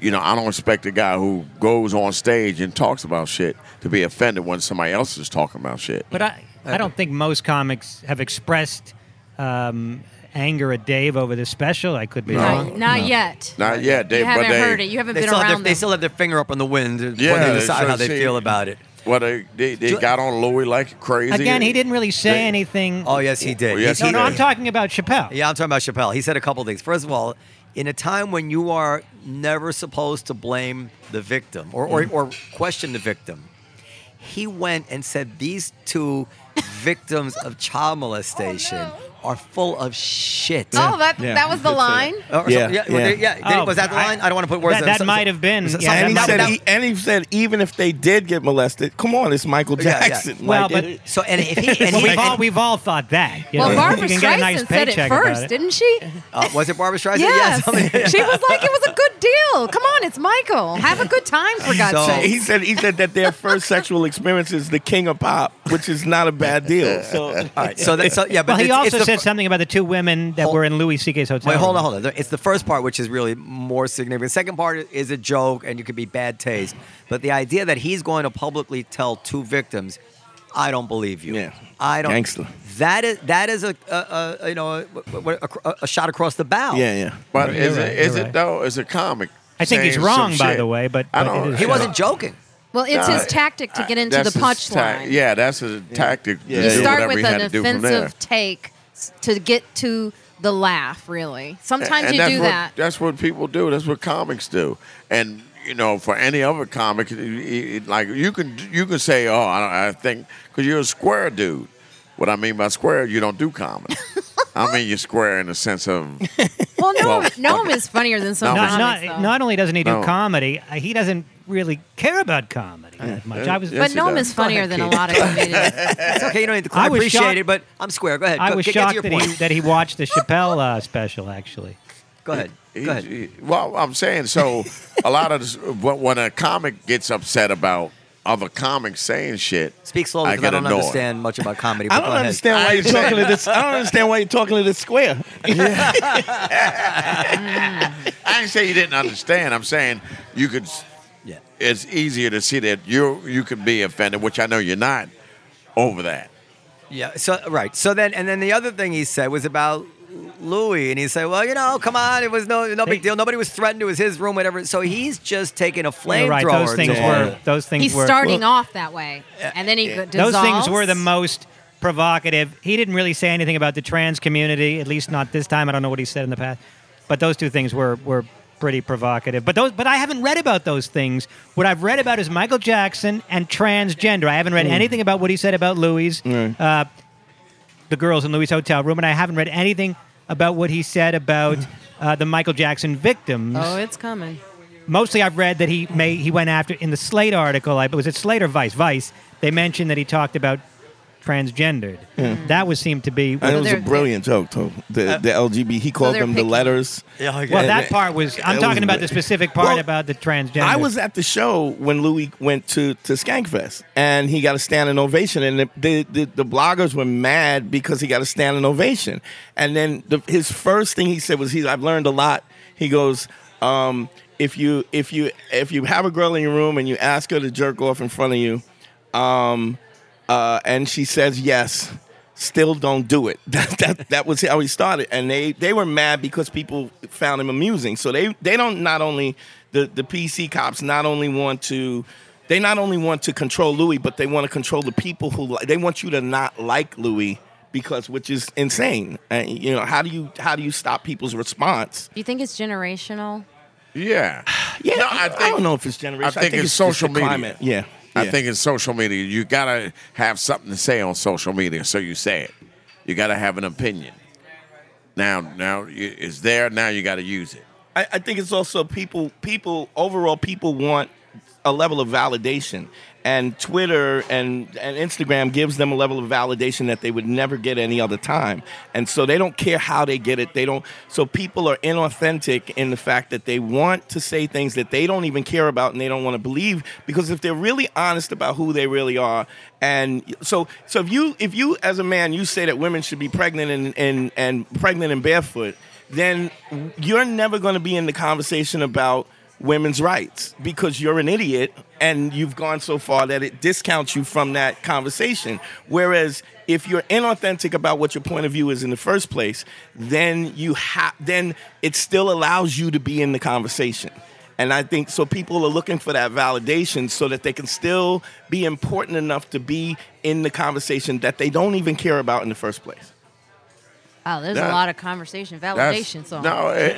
C: you know, I don't expect a guy who goes on stage and talks about shit to be offended when somebody else is talking about shit.
B: But I, I don't think most comics have expressed um, anger at Dave over this special. I could be
D: Not,
B: wrong.
D: not yet.
C: Not yet, Dave.
D: you haven't
C: but they,
D: heard it. You haven't
A: They
D: been
A: still,
D: around
A: have their,
D: them.
A: they still have their finger up on the wind when
C: Yeah,
A: they decide
C: so
A: how they
C: see-
A: feel about it.
C: Well, they, they, they got on Louis like crazy.
B: Again, he didn't really say
C: They-
B: anything.
A: Oh, yes, he did.
C: Well, yes,
B: no,
C: he
B: no, I'm
C: did.
B: talking about Chappelle.
A: Yeah, I'm talking about Chappelle. He said a couple things. First of all, in a time when you are never supposed to blame the victim or,
B: Mm.
A: or, or question the victim, he went and said these
B: (laughs)
A: two victims of
B: Oh,
A: child molestation are full of shit.
D: Oh, that
F: Yeah.
D: that was the
F: Yeah.
D: line.
A: Or some-
F: Yeah,
A: yeah, well,
F: yeah.
A: they- yeah, they-
B: Oh,
A: was that the
B: I-
A: line? I, don't want to put words.
B: that-
A: in.
B: that
A: So-
B: might have been,
A: so-
B: yeah,
A: something
F: And he
B: that-
A: about-
F: said,
B: that-
F: he, and he said, even if they did get molested, come on, it's Michael
A: Yeah, yeah.
F: Jackson.
B: Well,
F: Like,
B: but-
F: it-
A: so and if
B: (laughs)
A: he and
B: Well,
A: he
B: we've all
A: and,
B: we've all thought that. you
D: Well,
B: know,
D: Barbara
B: you can get
D: Streisand
B: a nice
D: said it
B: paycheck about
D: first, didn't she?
A: uh, was it Barbara Streisand?
D: Yes.
A: Yeah, something-
D: she was like, it was a good deal. Come on, it's Michael. Have a good time, for God's
A: So-
D: sake.
F: he said he said that their first sexual experience is the king of pop, which is not a bad deal. (laughs) So
A: all right, so that so yeah, but
B: Well, he
A: it's- it's
B: also
A: the-
B: said something about the two women that
A: Hold-
B: were in Louis C.K.'s hotel.
A: Wait, hold on,
B: room.
A: hold on. It's the first part which is really more significant. Second part is a joke and you could be bad taste. But the idea that he's going to publicly tell two victims, I don't believe you.
F: Yeah.
A: I don't.
F: Gangster.
A: That is that is a, a, a you know a, a, a shot across the bow.
F: yeah, yeah.
C: But
B: You're
C: is
B: right,
C: it is
B: you're
C: it
B: right.
C: though? Is a comic?
B: I think he's
C: saying
B: wrong,
C: some
B: by
C: shit?
B: the way, but-
C: I
B: but it
C: don't.
B: is
A: He
B: Yeah.
A: wasn't joking.
D: well, it's
C: Nah,
D: his tactic to
C: I-
D: get into the
C: that's his
D: punchline.
C: tac- yeah, that's his tactic. to
F: You
C: do
D: You start
C: whatever
D: with
C: he had
D: an
C: to do from there.
D: offensive take s- to get to the laugh, really. Sometimes
C: And
D: you
C: that's
D: do
C: what,
D: that.
C: That's what people do. That's what comics do. And you know, for any other comic, it- it- like you can you can say, "Oh, I, don't- I think," because you're a square dude. What I mean by square, you don't do comedy.
D: (laughs)
C: I mean, you're square in the sense of Well,
D: Well, Noam, Noam
C: okay.
D: is funnier than some
C: No,
B: Not,
C: Noam.
D: comics,
B: not,
D: though.
B: not only doesn't he do
C: No.
B: comedy, uh, he doesn't really care about comedy that much. I was,
C: yeah.
D: but
C: Yes, he
D: Noam
C: does.
D: is funnier than a lot
B: (laughs)
D: of comedians.
A: It's okay, you don't need to.
B: I
A: I
B: was
A: appreciate
B: shocked-
A: it, but I'm square. Go ahead.
B: I
A: Go-
B: was
A: get, get
B: shocked
A: to
B: that
A: your
B: he,
A: point.
B: that he watched the Chappelle uh, special. Actually,
A: Go ahead. Go ahead.
C: He- he- well, I'm saying
F: (laughs)
C: so. a lot of this, when when a comic gets upset about other comics saying shit,
A: Speak slowly
C: I
A: because I,
C: get
A: don't
C: annoyed.
A: understand much about comedy. but
F: I don't
A: go ahead.
F: understand why you're talking to this. I don't understand why you're talking to this square.
C: I didn't say you didn't understand. I'm saying you could.
A: Yeah.
C: It's easier to see that you you could be offended, which I know you're not, over that.
A: Yeah. So right. So then, and then the other thing he said was about Louis, and he said, "Well, you know, come on, it was no no big deal. Nobody was threatened. It was his room, whatever." So he's just taking a
B: you're
A: flamethrower.
B: right. Those things
A: to-
B: were those things
D: He's
B: were
D: starting off that way, and then he go-
B: those
D: dissolves.
B: things were the most provocative. He didn't really say anything about the trans community, at least not this time. I don't know what he said in the past, but those two things were were pretty provocative. But those, but I haven't read about those things. What I've read about is Michael Jackson and transgender. I haven't read anything about what he said about Louis, uh, the girls in Louis' hotel room, and I haven't read anything about what he said about. Uh, the Michael Jackson victims.
D: Oh, it's coming.
B: Mostly, I've read that he may he went after in the Slate article. I was it Slate or Vice? Vice. They mentioned that he talked about transgendered. Mm-hmm. That would seem to be
F: And it
B: well.
F: was
D: they're-
F: a brilliant joke too. The the LGBT. He called
D: they're
F: them
D: picky.
F: the letters.
A: Yeah, okay.
B: That part was. I'm
F: That
B: talking
F: was-
B: about the specific part
F: Well,
B: about the transgender.
F: I was at the show when Louis went to to Skankfest, and he got a standing ovation, and the the, the, the bloggers were mad because he got a standing ovation, and then the, his first thing he said was, "He I've learned a lot." He goes. Um, if you if you if you have a girl in your room and you ask her to jerk off in front of you, um, uh, and she says yes, still don't do it. (laughs) That, that that was how he started, and they they were mad because people found him amusing. So they they don't not only the the PC cops not only want to. They not only want to control Louis, but they want to control the people who li- they want you to not like Louis because, which is insane. And you know, how do you how do you stop people's response?
D: Do you think it's generational?
C: Yeah.
F: (sighs) Yeah,
C: No,
F: I,
C: I
F: I
C: think-
F: don't know if it's generation.
C: I think it's
F: just the
C: social media.
F: climate. Yeah,
C: I
F: yeah.
C: think in social media, you gotta have something to say on social media, so you say it. You gotta have an opinion. Now, now i- it's there. Now you gotta use it.
F: I, I think it's also people people overall people want a level of validation and twitter and, and instagram gives them a level of validation that they would never get any other time and so they don't care how they get it they don't so people are inauthentic in the fact that they want to say things that they don't even care about and they don't want to believe because if they're really honest about who they really are and so so if you if you as a man you say that women should be pregnant and and, and pregnant and barefoot then you're never going to be in the conversation about women's rights because you're an idiot and you've gone so far that it discounts you from that conversation. Whereas if you're inauthentic about what your point of view is in the first place, then you have then it still allows you to be in the conversation. And I think so people are looking for that validation so that they can still be important enough to be in the conversation that they don't even care about in the first place.
D: Wow, Oh, there's
C: That-
D: a lot of conversation
C: That's-
D: validation song.
C: No, it,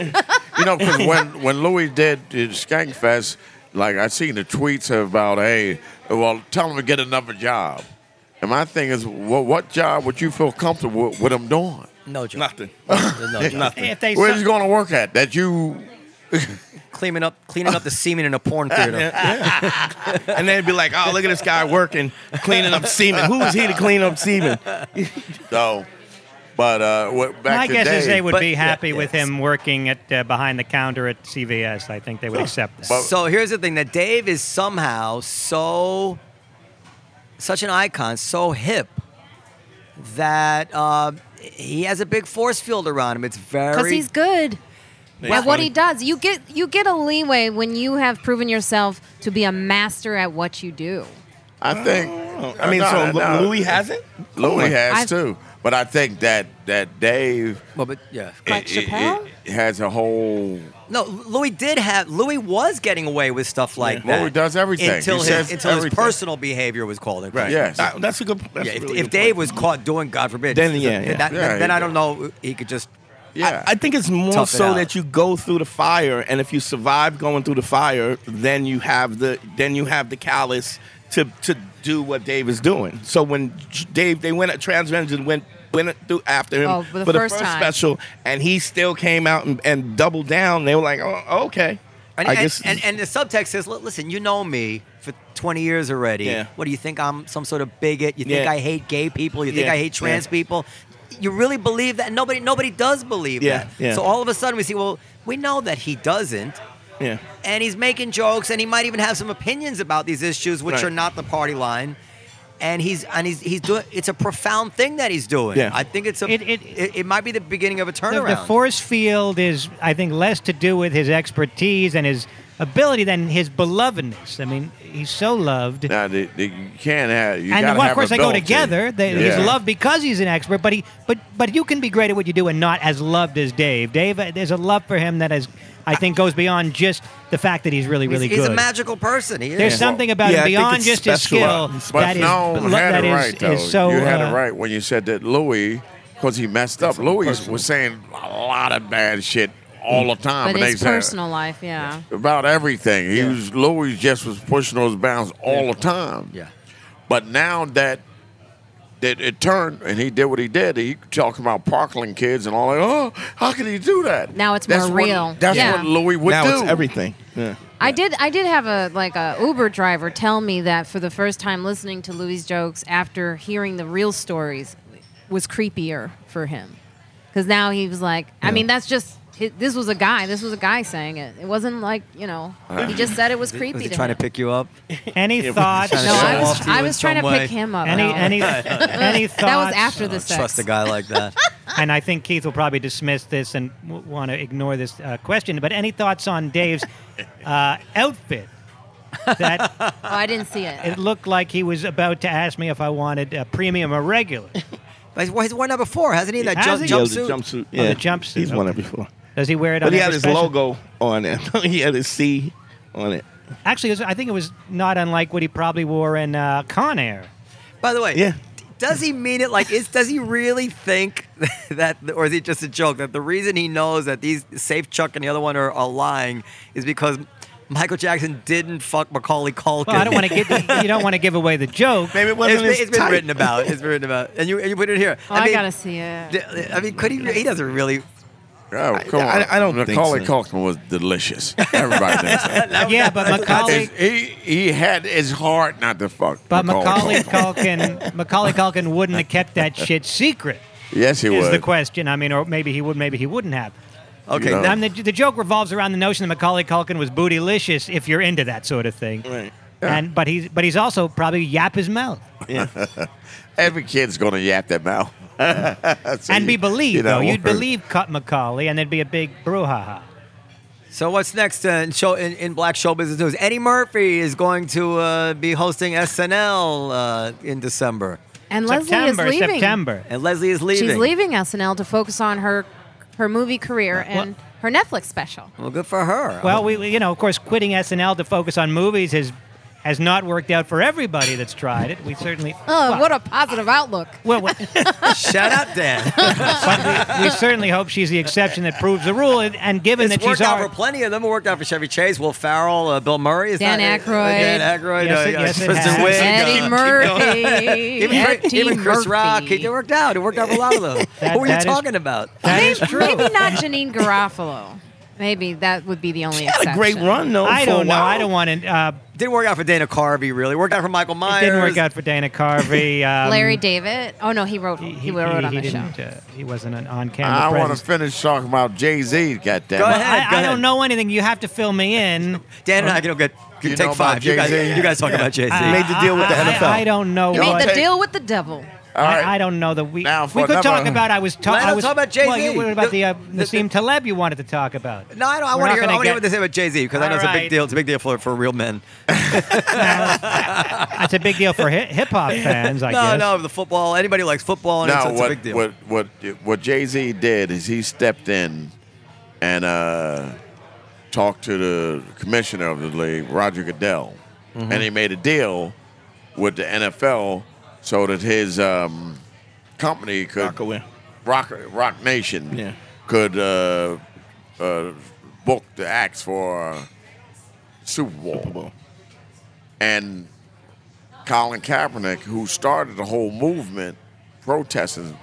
C: you know, 'cause
D: (laughs)
C: when when Louis did uh, Skankfest, like I seen the tweets about, hey, well, tell him to get another job. And my thing is, well, what job would you feel comfortable with, with him doing?
A: No job.
F: Nothing.
A: There's no job.
B: If they
C: Where's
B: suck-
C: he going to work at? That you
A: Cleaning up, cleaning up the semen in a (laughs) porn theater.
F: And they'd be like, oh, look at this guy working, cleaning up semen. Who is he to clean up semen?
C: though. But uh, what, back
B: My
C: to
B: guess
C: Dave,
B: is they would
F: but-
B: be
F: yeah,
B: happy with
F: yes.
B: him working at uh, behind the counter at CVS. I think they would accept that.
C: But-
A: So here's the thing: that Dave is somehow so, such an icon, so hip that uh, he has a big force field around him. It's
D: Because
A: very
D: he's good at what
F: funny.
D: he does. You get you get a leeway when you have proven yourself to be a master at what you do.
C: I think.
B: Oh,
C: uh,
F: I mean,
C: No,
F: so
C: no, no.
F: Louis hasn't?
C: Louis has
D: I've-
C: too. But I think that that Dave
A: Well, but yeah.
D: Like Chappelle?
C: has a whole.
A: No, Louis did have. Louis was getting away with stuff like
C: Yeah.
A: that.
C: Louis does everything.
A: until
C: He
A: his
C: says
A: until his
C: everything.
A: personal behavior was called in question.
C: Yes.
F: Uh, that's a good that's
A: Yeah,
F: a
A: if,
F: really
A: if
F: good
A: Dave
F: point.
A: was caught doing, God forbid,
F: Then, yeah, yeah.
A: that-
C: Yeah,
A: then
C: he-
A: I don't know. He could just
C: Yeah.
F: I, I think it's more
A: Tough it
F: so
A: out.
F: that you go through the fire, and if you survive going through the fire, then you have the then you have the callus to to do what Dave is doing. So when J- Dave they went at Transvengeance went went through after him
D: Oh, for the first time.
F: special, and he still came out and, and doubled down. They were like, oh okay,
A: And,
F: I
A: and,
F: guess
A: and, and the subtext is, "Look, listen, you know me for 20 years already.
F: Yeah.
A: What do you think? I'm some sort of bigot? You think
F: Yeah.
A: I hate gay people? You think
F: Yeah,
A: I hate trans
F: yeah.
A: people? You really believe that? Nobody, nobody does believe
F: Yeah,
A: that.
F: yeah.
A: So all of a sudden we see, well, we know that he doesn't,
F: yeah.
A: and he's making jokes, and he might even have some opinions about these issues, which
F: Right.
A: are not the party line. And he's and he's he's doing. It's a profound thing that he's doing.
F: Yeah.
A: I think it's a. It,
B: It-
A: it,
B: it-
A: it, might be the beginning of a
B: the,
A: turnaround.
B: the force field is, I think, less to do with his expertise and his ability than his belovedness. I mean, he's so loved.
C: Now, the, the, you can't have. You
B: and
C: gotta
B: then, well,
C: have
B: of course, they go
C: ability.
B: together. They,
C: Yeah.
B: He's loved because he's an expert, but he, but, but you can be great at what you do and not as loved as Dave. Dave, uh, there's a love for him that is, I think, goes beyond just the fact that he's really,
A: he's,
B: really
A: he's
B: good.
A: a magical person. He is.
B: there's something about
F: Yeah, I
B: him
F: think
B: beyond
F: it's
B: just his
F: special.
B: skill
C: But
B: that is
C: no,
B: belo-
C: you had
B: that
C: it
B: is-
C: right, though.
B: is so.
C: you had
B: uh,
C: it right when you said that Louis, because he messed up. Louis was saying a lot of bad shit all
B: Mm.
C: the time.
D: But
C: and
D: his
C: they said
D: personal life, yeah.
C: About everything. He was Louis just was pushing those bounds all the time.
A: Yeah.
C: But now that that it turned and he did what he did, he talking about Parkland kids and all that. Oh, how could he do that?
D: Now it's
C: that's
D: more
C: what-
D: real.
C: That's
D: Yeah.
C: what Louis would
F: now
C: do.
F: it's everything. Yeah.
D: I did. I did have a like a Uber driver tell me that for the first time listening to Louis' jokes after hearing the real stories was creepier for him because now he was like, I mean, that's just hi- this was a guy. This was a guy saying it. It wasn't like you know. He just said it was
A: Uh,
D: creepy.
A: Was he
D: to
A: trying
D: him.
A: to pick you up?
B: Any thoughts?
A: trying to
D: No,
A: show
D: I
A: off
D: was.
A: to you
D: I
A: in
D: was trying to
A: some
D: pick
A: way? Oh,
D: him up.
B: Any
D: no.
B: any any thoughts?
D: (laughs) that was after the sex.
A: Trust a guy like
F: (laughs)
A: that.
B: And I think Keith will probably dismiss this and w- want to ignore this uh, question. But any thoughts on Dave's uh, outfit?
D: (laughs)
B: That
D: Oh, I didn't see it.
B: it looked like he was about to ask me if I wanted a premium or regular.
A: But he's, he's worn that before, hasn't he? That
B: Has
A: jump,
B: he?
F: Yeah,
A: jumpsuit.
F: the jumpsuit.
B: Oh,
F: Yeah,
B: the jumpsuit,
F: He's won it
B: okay.
F: before,
B: Does he
F: (laughs)
B: wear it?
F: but
B: on
F: he had
B: every
F: his
B: special?
F: logo on it. (laughs) he had his C on it.
B: Actually, it was- I think it was not unlike what he probably wore in uh, Con Air.
A: By the way,
F: Yeah.
A: d- does he mean it? Like, is does he really think (laughs) that, or is it just a joke? That the reason he knows that these Safe Chuck and the other one are, are lying is because Michael Jackson didn't fuck Macaulay Culkin.
B: Well,
A: (laughs)
B: I don't want to
F: (laughs)
B: get you don't want to give away the joke.
F: Maybe it
A: It's
F: wasn't
A: been,
F: his
A: it's been
F: type.
A: written about. It's been written about, and you and you put it here.
D: Oh, I gotta see it.
A: d- I mean, could he? He doesn't really.
C: Oh, come
F: I-
C: on.
F: I don't think
C: Macaulay
F: so.
C: Culkin was delicious. Everybody thinks
F: (laughs)
C: that.
B: yeah, but Macaulay.
C: It's- he he had it's hard not to fuck.
B: But
F: (laughs)
B: Macaulay Culkin, Macaulay Culkin wouldn't have kept that shit secret.
C: yes, he
B: is
C: was.
B: the question. I mean, or maybe he would, maybe he wouldn't have.
A: Okay,
F: Uh.
C: know.
A: that-
B: I mean, the, the joke revolves around the notion that Macaulay Culkin was bootylicious, if you're into that sort of thing.
F: Right.
B: And but he's but he's also probably yap his mouth
C: Every kid's gonna yap their mouth. (laughs) So
B: and be
C: you-
B: believed
C: you know,
B: though. You'd
C: who-
B: believe Cut Macaulay, and there'd be a big brouhaha.
A: So what's next uh, in show in, in Black Show Business News? Eddie Murphy is going to uh, be hosting SNL uh, in December,
D: And
B: September,
D: Leslie is leaving.
B: September.
A: and Leslie is leaving.
D: She's leaving SNL to focus on her her movie career and her Netflix special.
A: Well, good for her.
B: Well, we, we- you know, of course, quitting SNL to focus on movies has has not worked out for everybody that's tried it. We certainly.
D: Oh,
B: well,
D: what a positive outlook.
B: Well, we,
A: shut up, Dan.
B: but we, we certainly hope she's the exception that proves the rule. And, (laughs) and given
A: it's
B: that she's
A: worked out
B: alre-
A: for plenty of them. It worked out for Chevy Chase, Will Farrell, uh, Bill Murray. It's
D: Dan
A: not-
D: Aykroyd.
A: Dan Aykroyd.
B: Yes,
A: uh,
B: it- yes,
A: uh,
B: it
A: Kristen
B: has.
A: Wiig,
D: Eddie
A: uh,
D: Murphy.
A: Even, Chris-
D: Eddie
A: even Chris
D: Murphy.
A: Rock. It worked out. It worked out for a lot of them.
B: (laughs) That-
A: Who are you
B: that is-
A: talking about?
B: That is
D: Maybe, maybe not Janine Garofalo. Maybe that would be the only
F: Had
D: exception.
F: a great run though.
B: I
F: for a
B: don't know.
F: while.
B: I don't want to. Uh,
A: Didn't work out for Dana Carvey, really. Worked out for Michael
B: it
A: Myers.
B: didn't work out for Dana
D: (laughs)
B: Carvey. Um,
D: Larry David. Oh no, he wrote. He, wrote on
B: he
D: the show.
B: didn't, Uh, he wasn't an on-camera
C: I want
B: presence.
C: to finish talking about Jay Z. Goddamn.
A: Go
C: it.
A: ahead.
B: I, I
A: ahead.
B: don't know anything. You have to fill me in.
A: Dan and I can get can
C: You know
A: take
C: about
A: five. You guys,
C: Jay-Z?
A: you guys talk about Jay Z.
F: Made the deal with the
B: I-
F: NFL.
B: I, I don't know.
D: He
C: Go
B: what-
D: made
C: on.
D: the deal with the devil.
C: All right.
B: I, I don't know that we
C: Now
B: we
C: for
B: could talk
C: another-
B: about. I was
A: Let
B: talking.
A: us talk about Jay-Z.
B: Well, you, what about the, uh,
A: The-
B: Nassim Taleb you wanted to talk about?
A: No, I, don't, I
B: We're
A: want to
B: not
A: hear. I want
B: gonna
A: to hear
B: get-
A: what they say about Jay Z because I know it's a big
B: Alright.
A: deal. It's a big deal for for real men.
B: That's a big deal for
A: (laughs)
B: hip hop fans, I
A: no,
B: guess.
A: no, the football. Anybody who likes football, and it's,
C: no,
A: it's a
C: what,
A: big deal.
C: what what what Jay Z did is he stepped in and uh, talked to the commissioner of the league, Roger Goodell,
A: Mm-hmm.
C: and he made a deal with the NFL so that his um, company could
F: Rockaway.
C: Rock Rock Nation
F: Yeah.
C: could uh, uh, book the acts for Super Bowl.
F: Super Bowl.
C: and Colin Kaepernick, who started the whole movement protesting,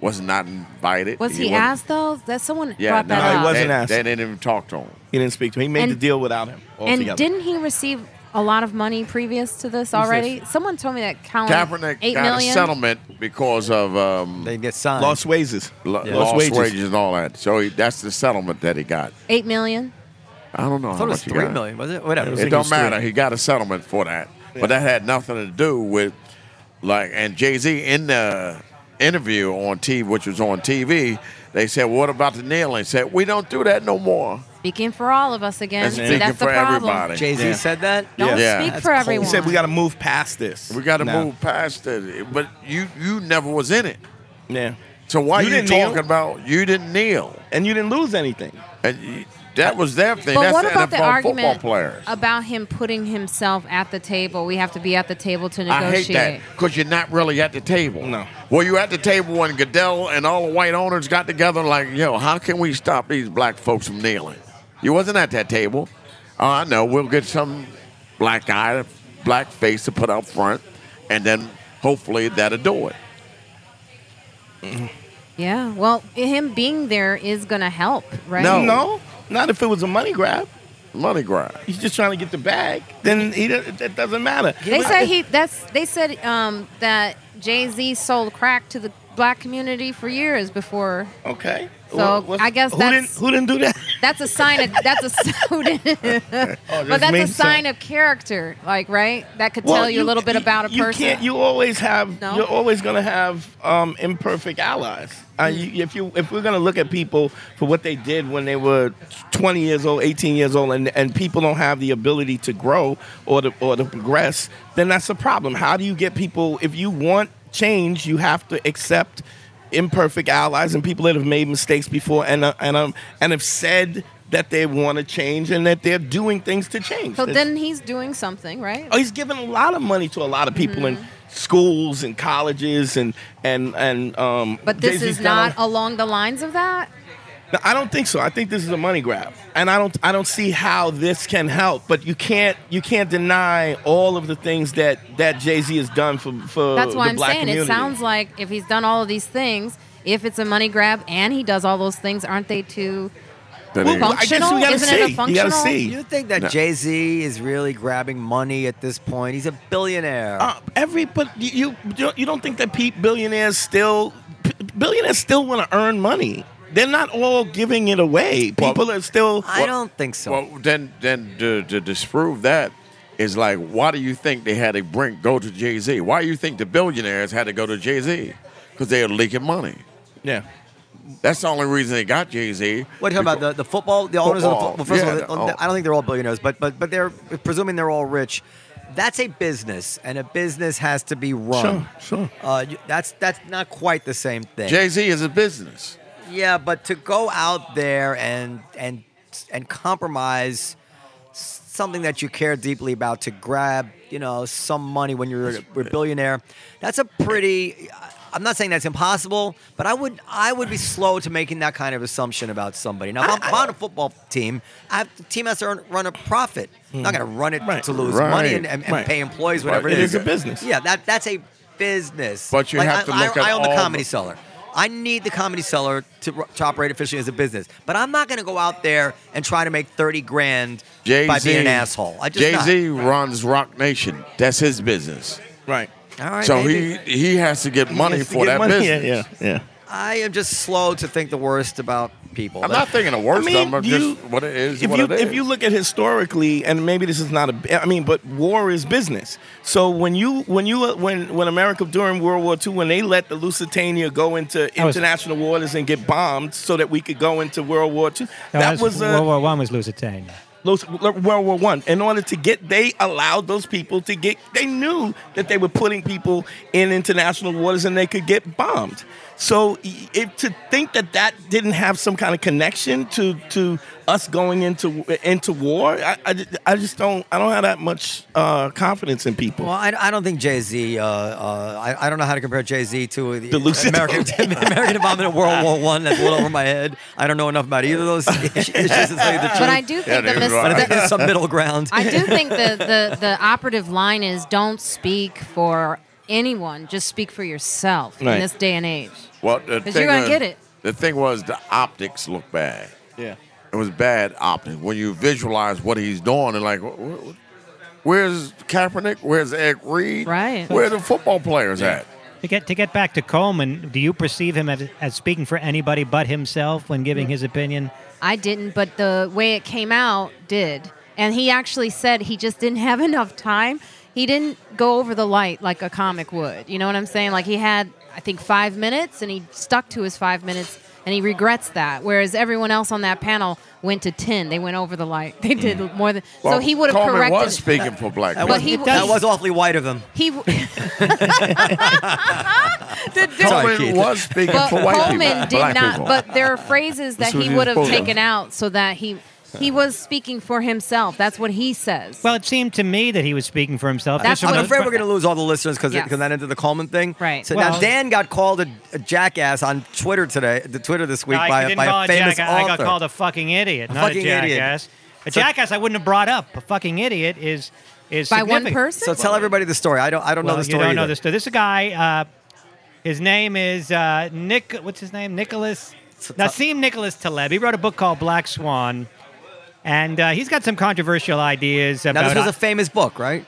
C: was not invited.
D: Was he,
C: wasn't-
D: asked though? That someone
C: Yeah,
D: brought
C: no,
D: that
F: he
D: up.
C: they-
F: wasn't
C: they,
F: asked.
C: They didn't even talk to him.
F: He didn't speak to him. He made
D: And-
F: the deal without him.
D: And
F: altogether.
D: didn't he receive a lot of money previous to this already? Someone told me that Colin
C: Kaepernick
D: Um, eight
C: got
D: million.
C: a settlement because of um,
A: they get signed.
F: Lost wages.
C: lo-
A: Yeah.
C: lost
F: Lost
C: wages.
F: wages.
C: and all that. So he, that's the settlement that he got.
D: Eight million.
C: I don't know
A: I
C: how
A: thought it was
C: much he
A: three
C: got.
A: million. Was it? Whatever.
F: It was
C: It
F: think
C: don't
F: three.
C: matter. He got a settlement for that, but that had nothing to do with like. And Jay Z in the interview on TV, which was on TV, they said, "What about the kneeling?" He said, "we don't do that no more."
D: Speaking for all of us again.
C: And speaking
D: That's the
C: for
D: problem.
C: everybody.
A: Jay Z
F: Yeah.
A: said that.
D: Don't
C: Yeah.
D: speak
C: That's
D: for
A: cold.
D: everyone.
F: He said we got to move past this.
C: We got to
F: now."
C: move past it. But you you never was in it.
F: Yeah.
C: So why
F: You
C: you, you
F: didn't kneel?
C: talking about you didn't kneel?
F: And you didn't lose anything.
C: And you, that was their thing.
D: But
C: That's
D: what
C: the
D: about
C: NFL
D: the argument
C: football players.
D: about him putting himself at the table? We have to be at the table to
C: I
D: negotiate.
C: hate that because you're not really at the table.
F: No.
C: Were you at the table when Goodell and all the white owners got together like, yo, how can we stop these black folks from kneeling? You wasn't at that table. Oh, I know. We'll get some black guy, black face to put out front, and then hopefully that'll do it.
D: Yeah. Well, him being there is going to help, right?
C: No.
F: No, not if it was a money grab.
C: Money grab.
F: He's just trying to get the bag. Then he doesn't- that doesn't matter.
D: They said he. That's. They said um, that Jay Z sold crack to the black community for years before.
F: Okay.
D: So,
F: Well, what's-
D: I guess
F: who
D: that's-
F: didn't who didn't do that.
D: That's a sign of. That's a. (laughs) who didn't- but that's a sign of character, like right? That could tell you, a little bit about a
F: you
D: person.
F: Can't, you always have.
D: No?
F: You're always going to have um, imperfect allies. Uh,
D: Hmm.
F: you, if you if we're going to look at people for what they did when they were 20 years old, 18 years old, and, and people don't have the ability to grow or to or to progress, then that's a problem. How do you get people? If you want change, you have to accept imperfect allies and people that have made mistakes before and uh, and um, and have said that they want to change and that they're doing things to change.
D: so
F: It's-
D: then he's doing something, right?
F: Oh, he's giving a lot of money to a lot of people in
D: Mm-hmm.
F: schools and colleges and and and. Um,
D: but this
F: Jay-Z's
D: is not
F: done
D: along the lines of that.
F: a- No, I don't think so. I think this is a money grab, and I don't. I don't see how this can help. But you can't. You can't deny all of the things that that Jay Z has done for for.
D: That's why
F: the
D: I'm
F: black
D: saying it
F: community.
D: sounds like if he's done all of these things, if it's a money grab and he does all those things, aren't they too?
F: Well,
D: Functional?
F: I guess we gotta
D: Isn't it a
F: see. You
D: functional?
F: gotta see.
A: You think that
C: No.
A: Jay Z is really grabbing money at this point? He's a billionaire.
F: Uh, every but you you you don't think that Pete billionaires still p- billionaires still want to earn money. They're not all giving it away. People are still.
A: I don't think so.
C: Well, then, then to, to disprove that is like, why do you think they had to bring go to Jay Z? Why do you think the billionaires had to go to Jay Z? Because they are leaking money.
F: Yeah.
C: That's the only reason they got Jay Z.
A: What are you talking about? The, the football, the owners
C: Football.
A: of the football. Well, first
C: Yeah, oh.
A: of all,
C: the-
A: they- I don't think they're all billionaires, but but but they're presuming they're all rich. That's a business, and a business has to be run.
F: Sure, sure.
A: Uh, you- that's that's not quite the same thing.
C: Jay Z is a business.
A: Yeah, but to go out there and and and compromise something that you care deeply about to grab, you know, some money when you're a a billionaire, that's a pretty. I'm not saying that's impossible, but I would I would be slow to making that kind of assumption about somebody. Now, if I'm, if I'm on a football team, I have, the team has to earn, run a profit. I'm not going to run it
F: Right.
A: to lose
C: Right.
A: money and, and, and
F: Right.
A: pay employees, whatever
C: Right.
A: it
C: It
A: is.
C: is a
F: business.
A: Yeah, that that's a business.
C: But you have
A: I,
C: to
A: I-
C: look at
A: I own the
C: all
A: comedy
C: the-
A: seller. I need the comedy seller to, to operate efficiently as a business, but I'm not going to go out there and try to make thirty grand
C: Jay Z
A: by being an asshole. I just
C: Jay Z runs Rock Nation. That's his business.
F: Right.
A: not. All right,
C: so
A: maybe.
C: he he has to get money
F: Yes, to
C: for
F: get
C: that
F: money.
C: business.
F: Yeah, yeah, yeah.
A: I am just slow to think the worst about people.
C: I'm not thinking the worst
F: I mean,
C: of them. I'm
F: you-
C: just what it is.
F: If
C: what
F: you
C: it is.
F: if you look at historically, and maybe this is not a, I mean, but war is business. So when you when you when when America during World War II, when they let the Lusitania go into
B: That was-
F: international waters and get bombed, so that we could go into World War II,
B: No,
F: that was
A: uh,
F: a,
B: World War One was Lusitania.
F: Los- World War One. In order to get, they allowed those people to get. They knew that they were putting people in international waters and they could get bombed. So, i- if, to think that that didn't have some kind of connection to to us going into into war, I, I, ju- I just don't. I don't have that much uh, confidence in people.
A: Well, I, I don't think Jay Z. Uh, uh, I, I don't know how to compare Jay Z to the,
F: The Lucid-
A: American (laughs) American involvement of World War One. That's a little over my head. I don't know enough about either of
C: (laughs)
A: those issues. To tell you the truth.
D: But I do
C: Yeah,
D: think
C: they
D: the, mis-
C: were
A: But
C: (laughs)
A: I think
D: the-
A: there's some middle ground.
D: (laughs) I do think the, the the operative line is don't speak for anyone, just speak for yourself
F: Right.
D: in this day and age.
C: well, the
D: 'Cause
C: thing
D: you're gonna
C: is-
D: get it.
C: The thing was the optics look bad.
F: yeah.
C: It was bad optics when you visualize what he's doing and like. wh- wh- Where's Kaepernick? Where's Ed Reed?
D: Right.
C: Where the football players at?
B: To get to get back to Coleman, do you perceive him as, as speaking for anybody but himself when giving his opinion?
D: I didn't, but the way it came out did. And he actually said he just didn't (laughs) have enough time. He didn't go over the light like a comic would. You know what I'm saying? Like he had, I think, five minutes and he stuck to his five minutes and he regrets that. Whereas everyone else on that panel went to 10. They went over the light. (laughs) They did more than.
C: Mm. Well,
D: so he would have
C: Coleman
D: corrected.
C: was speaking for black
A: That
C: people.
A: was,
D: But he-
A: that was awfully white of him.
D: He.
C: (laughs)
D: w- (laughs) the difference-
A: Sorry,
C: Coleman
A: Keith.
C: was speaking
F: (laughs)
D: but
C: for white
D: Coleman
C: people.
D: did
C: black
D: not.
C: people.
D: But there are phrases that
C: This was
D: he
C: his
D: would have
C: quote.
D: taken out so that he he was speaking for himself. That's what he says.
B: Well, it seemed to me that he was speaking for himself.
D: That's
B: Just
D: what
A: I'm
B: from
D: Well,
B: the-
A: afraid we're going to lose all the listeners because
D: Yes.
A: because that ended the Coleman thing.
D: Right.
A: So now
B: Well-
A: Dan got called a, a jackass on Twitter today, the Twitter this week
B: I
A: by,
B: didn't
A: by
B: call
A: a famous
B: jack-
A: author.
B: I got called a fucking idiot, not
A: fucking
B: a
A: idiot.
B: jackass. A
A: So-
B: jackass I wouldn't have brought up. A fucking idiot is is
D: by one
B: significant.
D: person.
A: so
D: (laughs)
A: tell everybody the story. I don't I don't
B: Well,
A: know the story.
B: You don't know
A: either.
B: the story. This is a guy. Uh, his name is uh, Nick. What's his name? Nicholas. Nassim Nicholas Taleb. He wrote a book called Black Swan, and uh, he's got some controversial ideas
A: Now
B: about uh,
A: this was a famous book, right?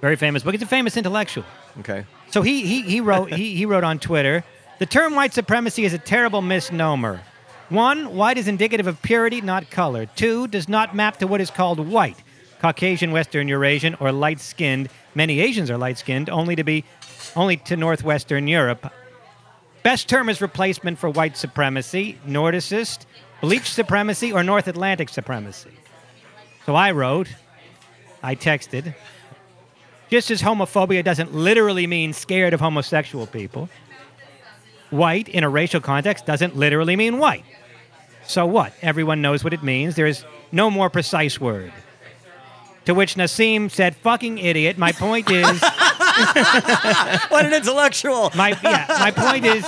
B: very famous book. He's a famous intellectual. (laughs)
A: Okay.
B: So he he, he wrote he, he wrote on Twitter, the term white supremacy is a terrible misnomer. One, white is indicative of purity, not color. Two, does not map to what is called white, Caucasian, Western, Eurasian, or light-skinned. Many Asians are light-skinned, only to be only to northwestern Europe. Best term is replacement for white supremacy, Nordicist, bleach supremacy, or North Atlantic supremacy. So I wrote, I texted, just as homophobia doesn't literally mean scared of homosexual people, white in a racial context doesn't literally mean white. So what? Everyone knows what it means. There is no more precise word. To which Nassim said, fucking idiot. My point is,
A: What an intellectual.
B: my, yeah, my point is,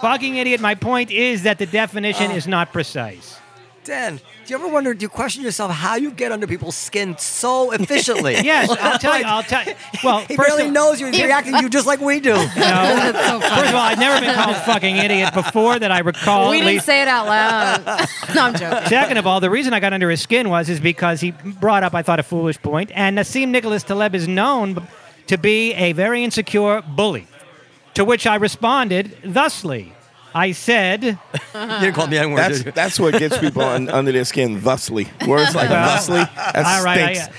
B: fucking idiot. My point is that the definition is not precise.
A: Dan, do you ever wonder? Do you question yourself how you get under people's skin so efficiently?
B: (laughs) Yes, I'll
A: (laughs)
B: tell you. I'll tell you. Well,
A: He
B: first
A: barely
B: of-
A: knows you're reacting to you just like
B: (laughs)
A: we do.
B: No. (laughs) First of all, I've never been called fucking idiot before that I recall.
D: we
B: at
D: didn't
B: least-
D: say it out
B: (laughs)
D: loud. no, I'm joking.
B: Second of all, the reason I got under his skin was is because he brought up, I thought, a foolish point. And Nassim Nicholas Taleb is known b- to be a very insecure bully. To which I responded thusly. I said,
A: you didn't call me N-word,
F: That's
A: did you? (laughs)
F: that's what gets people un, under their skin. Thusly, words like thusly. That
B: all right, I-
F: stinks.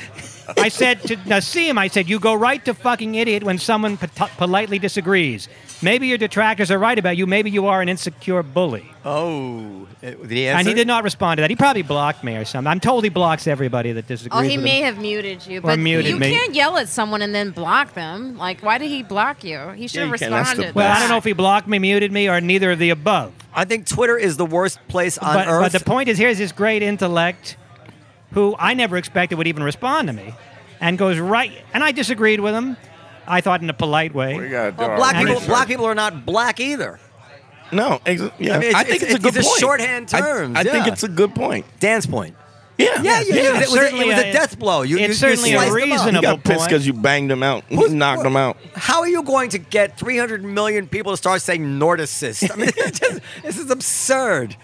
B: I said to Nassim, I said, you go right to fucking idiot when someone pot- politely disagrees. Maybe your detractors are right about you. Maybe you are an insecure bully.
A: Oh, eh, did he answer?
B: And he did not respond to that. He probably blocked me or something. I'm told he blocks everybody that disagrees.
D: Oh, he
B: with
D: may
B: him.
D: have muted you, but
B: muted
D: you
B: me.
D: can't yell at someone and then block them. Like, why did he block you? He should have
F: you can. That's the
D: responded.
B: Well, I don't know if he blocked me, muted me, or neither of the above.
A: I think Twitter is the worst place on
B: but,
A: earth.
B: but the point is, here's this great intellect who I never expected would even respond to me, and goes right. And I disagreed with him. I thought in a polite way.
C: We got to do
A: well,
C: our
A: black people,
C: research.
A: black people are not black either.
F: No, ex-
A: uh,
F: yeah.
A: I
F: I,
A: mean, it's-
F: think
A: it's-
F: it's, a good
A: it's a
F: point.
A: shorthand
F: I-
A: terms,
F: I, think
A: yeah.
F: it's a good point.
A: Dan's point.
F: Yeah,
A: Yeah, yeah, yeah. It, was a, it
B: certainly
A: was a
B: a-
A: death blow. You,
B: it's
A: you- you
B: certainly a
A: sliced them up.
B: reason
F: You got
B: Double
F: pissed
B: point.
F: because you banged them out, You
A: Who's-
F: knocked them out.
A: How are you going to get 300 million people to start saying Nordicist? I mean, (laughs) it's just, this is absurd.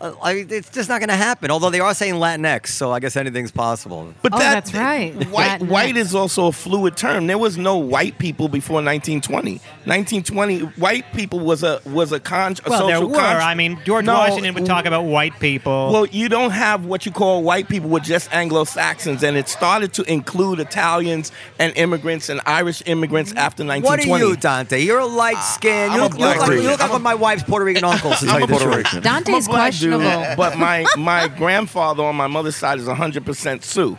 A: Uh, I mean, it's just not going to happen. Although they are saying Latinx, so I guess anything's possible.
F: But
D: Oh,
F: that-
D: that's right.
F: White,
D: Latinx.
F: white is also a fluid term. There was no white people before 1920. 1920, white people was a was a con. A
B: well,
F: social
B: there were.
F: con-
B: I mean, George
F: No,
B: Washington would talk about white people.
F: Well, you don't have what you call white people with just Anglo Saxons, and it started to include Italians and immigrants and Irish immigrants after
A: What are
F: 1920.
A: you, Dante? You're a light skin.
F: Ah, I'm
A: you
F: a
A: look, you
F: black
A: look like,
F: dude.
A: you look like one of my wife's Puerto
F: (laughs)
A: Rican uncles. to tell you the
C: Puerto
A: truth.
C: Rican.
F: I'm a
D: (laughs) Dante's
F: black dude,
D: questionable.
A: (laughs)
F: but my my grandfather on my mother's side is 100% Sioux.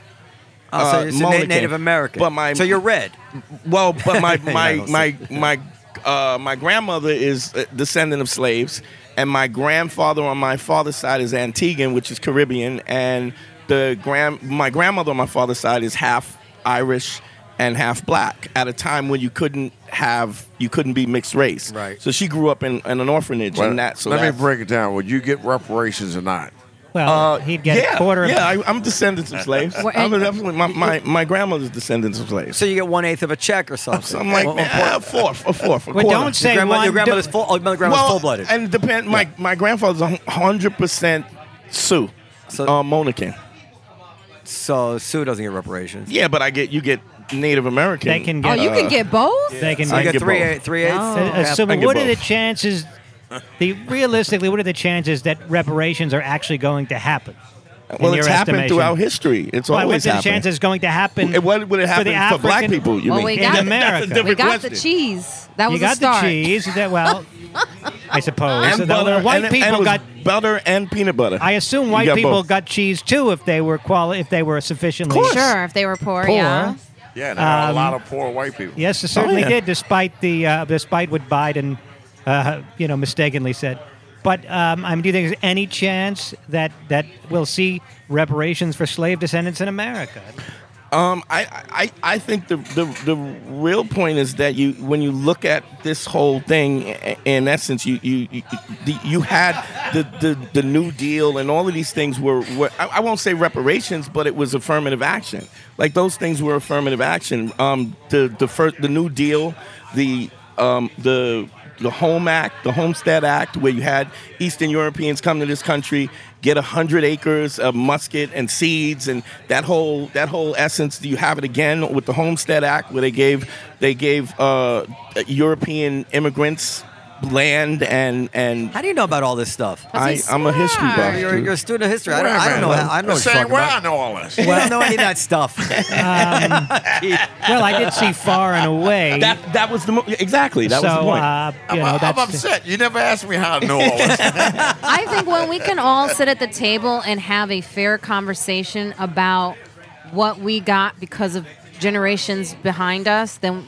A: Oh, so
F: Uh,
A: you're so Na-
F: Mulligan.
A: Native American.
F: But my-
A: so you're red.
F: Well,
C: (laughs)
F: but my
A: Yeah,
F: my
A: I
F: my my uh, my grandmother is a descendant of slaves, and my grandfather on my father's side is Antiguan, which is Caribbean, and the grand my grandmother on my father's side is half Irish and half black. At a time when you couldn't have you couldn't be mixed race,
A: Right.
F: So she grew up in, in an orphanage,
C: Well,
F: and that. So
C: let
F: that's,
C: me break it down. Would you get reparations or not?
B: Well,
F: uh,
B: he'd get
F: yeah,
B: a quarter. Of,
F: Yeah, I, I'm descendants of slaves.
D: Well,
F: I'm
D: and-
F: definitely my, my, my grandmother's descendants of slaves.
A: So you get one eighth of a check or something. Oh,
F: So I'm like,
A: Well,
F: man, a fourth, a fourth, a
B: Well,
F: quarter.
B: don't say
A: your, grandma,
B: one
A: your grandmother's
B: do-
A: full. Oh, my grandmother's full-blooded.
F: And depend. My my grandfather's hundred percent Sioux,
A: So-
F: uh, Monacan.
A: so Sue doesn't get reparations.
F: Yeah, but I get you get Native American.
B: They can
D: Oh,
B: get.
D: you can get both?
B: They can
A: So you
F: I
B: get.
A: get
F: get
A: three
F: both.
A: eight- three eighths.
D: Oh.
B: Uh, so,
F: I get
B: what are
F: both.
B: the chances? The realistically, what are the chances that reparations are actually going to happen?
F: Uh, Well,
B: in
F: it's
B: your
F: happened
B: estimation?
F: throughout history. It's
B: Well,
F: always
B: what's the
F: happened.
B: chance it's going to happen?
F: And what would it
B: for the
F: happen for, black
B: African-
F: people? You
D: Well,
F: mean?
D: we
B: in
D: got-
B: America?
D: We got
F: question.
D: the cheese. That was
B: you got
D: a start.
B: the cheese. That well, I suppose. So the- the white
F: and,
B: people
F: and it was
B: got.
F: butter and peanut butter.
B: I assume
F: You
B: white
F: got
B: people
F: both.
B: got cheese too if they were quali- if they were sufficiently.
D: Sure, if they were poor, yeah.
C: Yeah, there are
B: Um,
C: a lot of poor white people.
B: Yes, they certainly
F: Oh, yeah.
B: did, despite the uh, despite what Biden, uh, you know, mistakenly said. But um, I mean, do you think there's any chance that that we'll see reparations for slave descendants in America?
F: Um, I, I, I think the, the, the real point is that you when you look at this whole thing, i- in essence, you you you, the- you had the, the, the New Deal and all of these things were, were I, I won't say reparations, but it was affirmative action. Like those things were affirmative action. Um, the the first the New Deal, the um, the the Home Act, the Homestead Act, where you had Eastern Europeans come to this country, get hundred acres of musket and seeds, and that whole that whole essence. You have it again with the Homestead Act, where they gave they gave uh, European immigrants land and and
A: How do you know about all this stuff?
F: I,
D: He's
F: I'm a history
D: smart.
F: buff.
A: You're,
F: dude.
A: you're a student of history. I don't, I don't know. how- I don't know what you're
C: Saying
A: talking
C: where
A: about.
C: I know all this.
A: I don't know any of that stuff.
B: Well, I did see Far and Away.
F: that that was the mo- exactly that
B: so
F: was the point.
B: uh, you
C: I'm,
B: know,
C: I'm
B: that's
C: upset. You never asked me how I know all this.
D: I think when we can all sit at the table and have a fair conversation about what we got because of generations behind us, then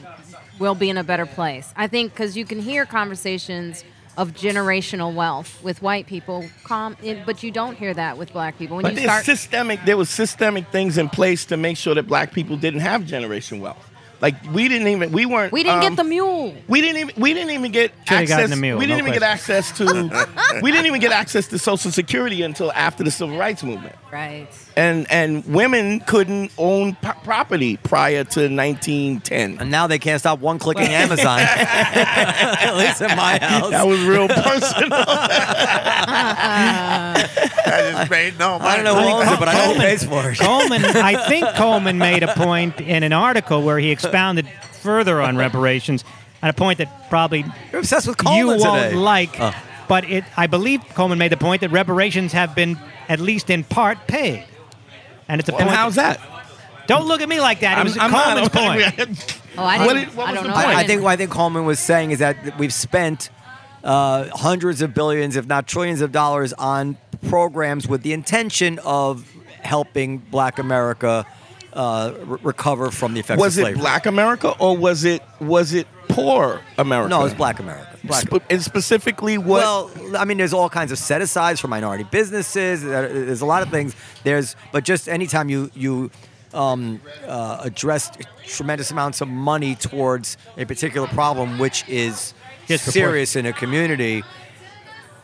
D: we'll be in a better place. I think because you can hear conversations of generational wealth with white people, com- it- but you don't hear that with black people. When
F: But
D: you
F: there's
D: start,
F: systemic. There was systemic things in place to make sure that black people didn't have generation wealth. Like we didn't even we weren't
D: we didn't
F: um,
D: get the mule.
F: we didn't even we didn't even get
B: Should've gotten
F: access.
B: a meal,
F: we didn't
B: no
F: even get access
B: (laughs)
F: to we didn't even get access to Social Security until after the Civil Rights Movement.
D: Right.
F: And and women couldn't own p- property prior to 1910.
A: And now they can't stop one clicking Amazon. At least in my house.
F: That was
B: (laughs)
F: real personal.
C: I just made no money.
A: I don't know who owns it, but I know who pays for it.
B: Coleman, I think Coleman made a point in an article where he expounded further on reparations, and a point that probably
A: You're obsessed with Coleman
B: you won't
A: today.
B: like.
F: Uh.
A: Oh.
B: But it, I believe Coleman made the point that reparations have been, at least in part, paid. And it's a
F: and
B: point
F: how's that?
B: Don't look at me like that. It
F: I'm,
B: was a
F: (laughs) I'm
B: Coleman's
F: not.
B: point.
D: Oh, I
F: What
D: didn't.
F: did- what
D: I
F: was
D: don't
F: the
D: know.
F: point?
A: I, I
D: didn't-
A: think what I think Coleman was saying is that we've spent uh, hundreds of billions, if not trillions, of dollars on programs with the intention of helping Black America uh, re- recover from the effects
F: was
A: of
F: it
A: slavery.
F: Black America or was it was it poor America?
A: No, it's Black America. Black
F: Sp- and specifically what?
A: Well, I mean, there's all kinds of set asides for minority businesses. There- There's a lot of things. There's, but just anytime you you um, uh, address tremendous amounts of money towards a particular problem, which is
B: Disproportionate.
A: serious in a community.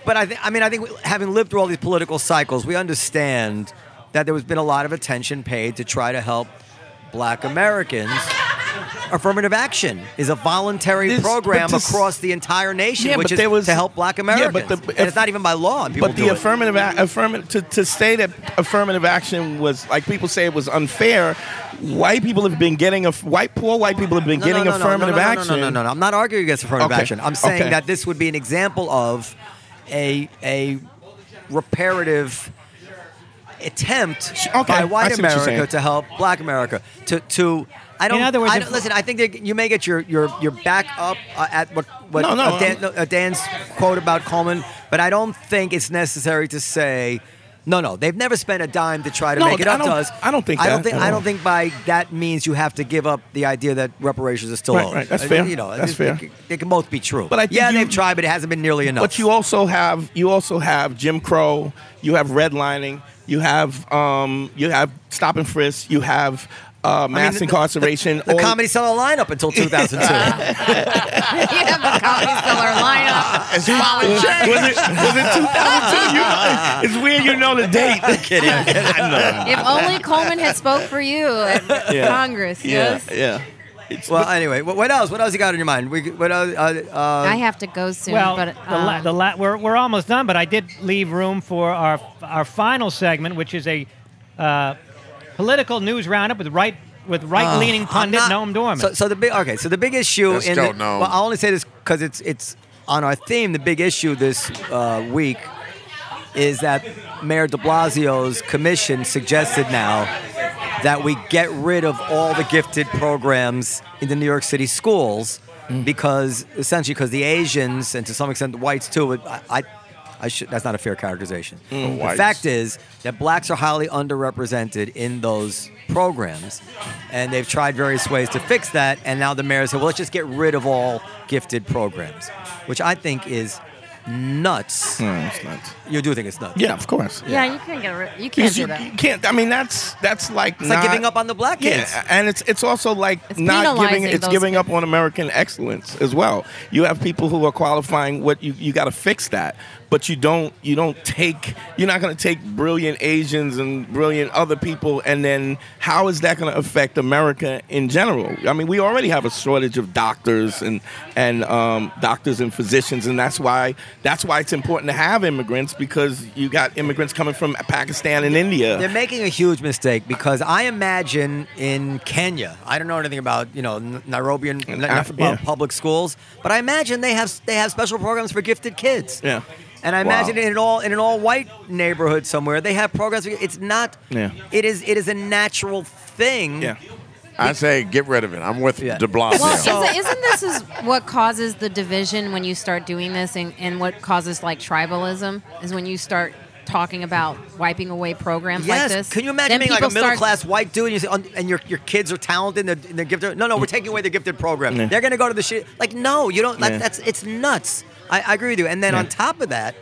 A: But I, th- I mean, I think we- having lived through all these political cycles, we understand that there has been a lot of attention paid to try to help Black Americans. Affirmative action is a voluntary
F: This- but
A: program
F: this-
A: across the entire nation,
F: Yeah,
A: which
F: but
A: is
F: there was-
A: to help Black
F: Yeah, but
A: Americans.
F: the-
A: and it's not even by law. and People
F: but
A: do
F: the
A: it.
F: affirmative ac affirmative to, to say that affirmative action was like people say it was unfair. White people have been getting a white poor white people have been
A: No, no,
F: getting
A: no, no, no,
F: affirmative
A: no, no,
F: action.
A: No, no, no, no, no. I'm not arguing against affirmative
F: Okay.
A: action. I'm saying
F: Okay.
A: that this would be an example of a a reparative attempt
F: okay,
A: by
F: I
A: white
F: see what you're
A: America
F: saying.
A: to help Black America to to. I don't.
B: other words,
A: I don't-
B: if-
A: listen. I think that you may get your your your back up uh, at what what
F: No, no,
A: uh, Dan,
F: I'm-
A: no, uh, Dan's quote about Coleman, but I don't think it's necessary to say. No, no, they've never spent a dime to try to
F: No,
A: make it
F: I
A: up to
F: don't-
A: us.
F: I don't think
A: I don't
F: that
A: think.
F: at
A: I don't
F: all.
A: think by that means you have to give up the idea that reparations are still
F: Right,
A: owed.
F: right, that's
A: Uh,
F: fair,
A: You know,
F: that's
A: it-
F: fair.
A: They, they can both be true.
F: But I think
A: yeah,
F: you-
A: they've tried, but it hasn't been nearly enough.
F: But you also have you also have Jim Crow, you have redlining, you have um, you have stop and frisk, you have uh,
A: I mean,
F: mass
A: the-
F: incarceration.
A: The, the
F: all-
A: comedy cellar lineup until 2002.
D: (laughs) you have a comedy cellar lineup.
C: It's Molly
F: (laughs) was
C: Jack.
F: it was it 2002? You- it's weird you know
A: (laughs)
F: the date.
D: If only Coleman had spoke for you at
F: Yeah.
D: Congress. Yes.
F: yeah. It's,
A: well, anyway, what, what else? What else you got on your mind? We, what else, uh, uh,
D: I have to go soon.
B: Well,
D: but
B: the la-
D: um,
B: the la- we're, we're almost done, but I did leave room for our our final segment, which is a uh, political news roundup with right with right leaning
A: Ah, I'm
B: pundit
A: not-
B: Noam Dorman.
A: So, so the big okay. So the big issue
C: Let's
A: in
C: go,
A: the,
C: Noam.
A: well, I only say this because it's it's on our theme. The big issue this uh, week is that Mayor De Blasio's commission suggested now that we get rid of all the gifted programs in the New York City schools because essentially because the Asians and to some extent the whites too. But I. I I should, that's not a fair characterization. The
C: whites.
A: fact is that blacks are highly underrepresented in those programs, and they've tried various ways to fix that. And now the mayor said, "Well, let's just get rid of all gifted programs," which I think is nuts. You do think Mm, it's nuts?
F: (laughs) Yeah, of course.
D: yeah, you can't get rid. You can't
F: Because you,
D: do
F: you
B: (laughs)
D: that.
F: can't. I mean, that's that's like
A: It's like
F: not,
A: giving up on the black kids.
F: Yeah, and it's it's also like
D: It's
F: not giving.
D: penalizing
F: It's
D: those
F: giving up on American excellence as well. You have people who are qualifying. What you you got to fix that, but you don't you don't take. You're not going to take brilliant Asians and brilliant other people, and then how is that going to affect America in general? I mean, we already have a shortage of doctors and and um, doctors and physicians, and that's why that's why it's important to have immigrants because you got immigrants coming from Pakistan and India.
A: They're making a huge mistake because I imagine in Kenya, I don't know anything about you know N- Nairobi and N-
F: Af-
A: about
F: yeah.
A: public schools, but I imagine they have they have special programs for gifted kids.
F: Yeah.
A: and I
F: Wow.
A: imagine in an all in an all white neighborhood somewhere they have programs. For, it's not.
F: Yeah.
A: It is it is a natural thing.
F: yeah.
C: I say get rid of it. I'm with
A: Yeah.
C: De Blasio.
D: Well,
A: So-
D: isn't, isn't this is what causes the division when you start doing this, and, and what causes like tribalism is when you start talking about wiping away programs like
A: Yes.
D: this.
A: Can you imagine
D: Then
A: being like a
D: people start-
A: middle class white dude and, you say, "Oh, and your, your kids are talented and they're, and they're gifted? No, no, we're taking away the gifted program. They're going to go to the shit. Like, no, you don't. Like,
F: Yeah.
A: that's It's nuts. I, I agree with you. And then on top of that,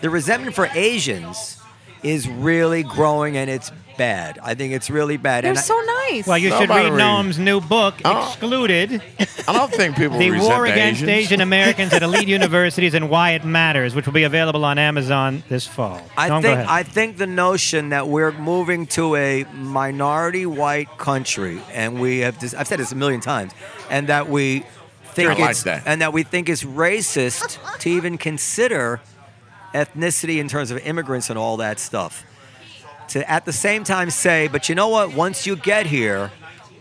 A: the resentment for Asians is really growing and it's bad. I think it's really bad.
D: They're
A: and I-
D: so nice.
B: well, you should
C: Nobody
B: read
C: read.
B: Noam's new book,
C: Oh.
B: Excluded.
C: I don't think people
B: The
C: resent
B: War Against
C: Asians.
B: Asian Americans at
A: (laughs)
B: Elite Universities and Why It Matters, which will be available on Amazon this fall.
A: I
B: Noam, go
A: think
B: ahead.
A: I think the notion that we're moving to a minority white country, and we have dis- I've said this a million times, and that we think
C: I like
A: it's
C: that.
A: and that we think it's racist to even consider ethnicity in terms of immigrants and all that stuff. To at the same time say, but you know what? Once you get here,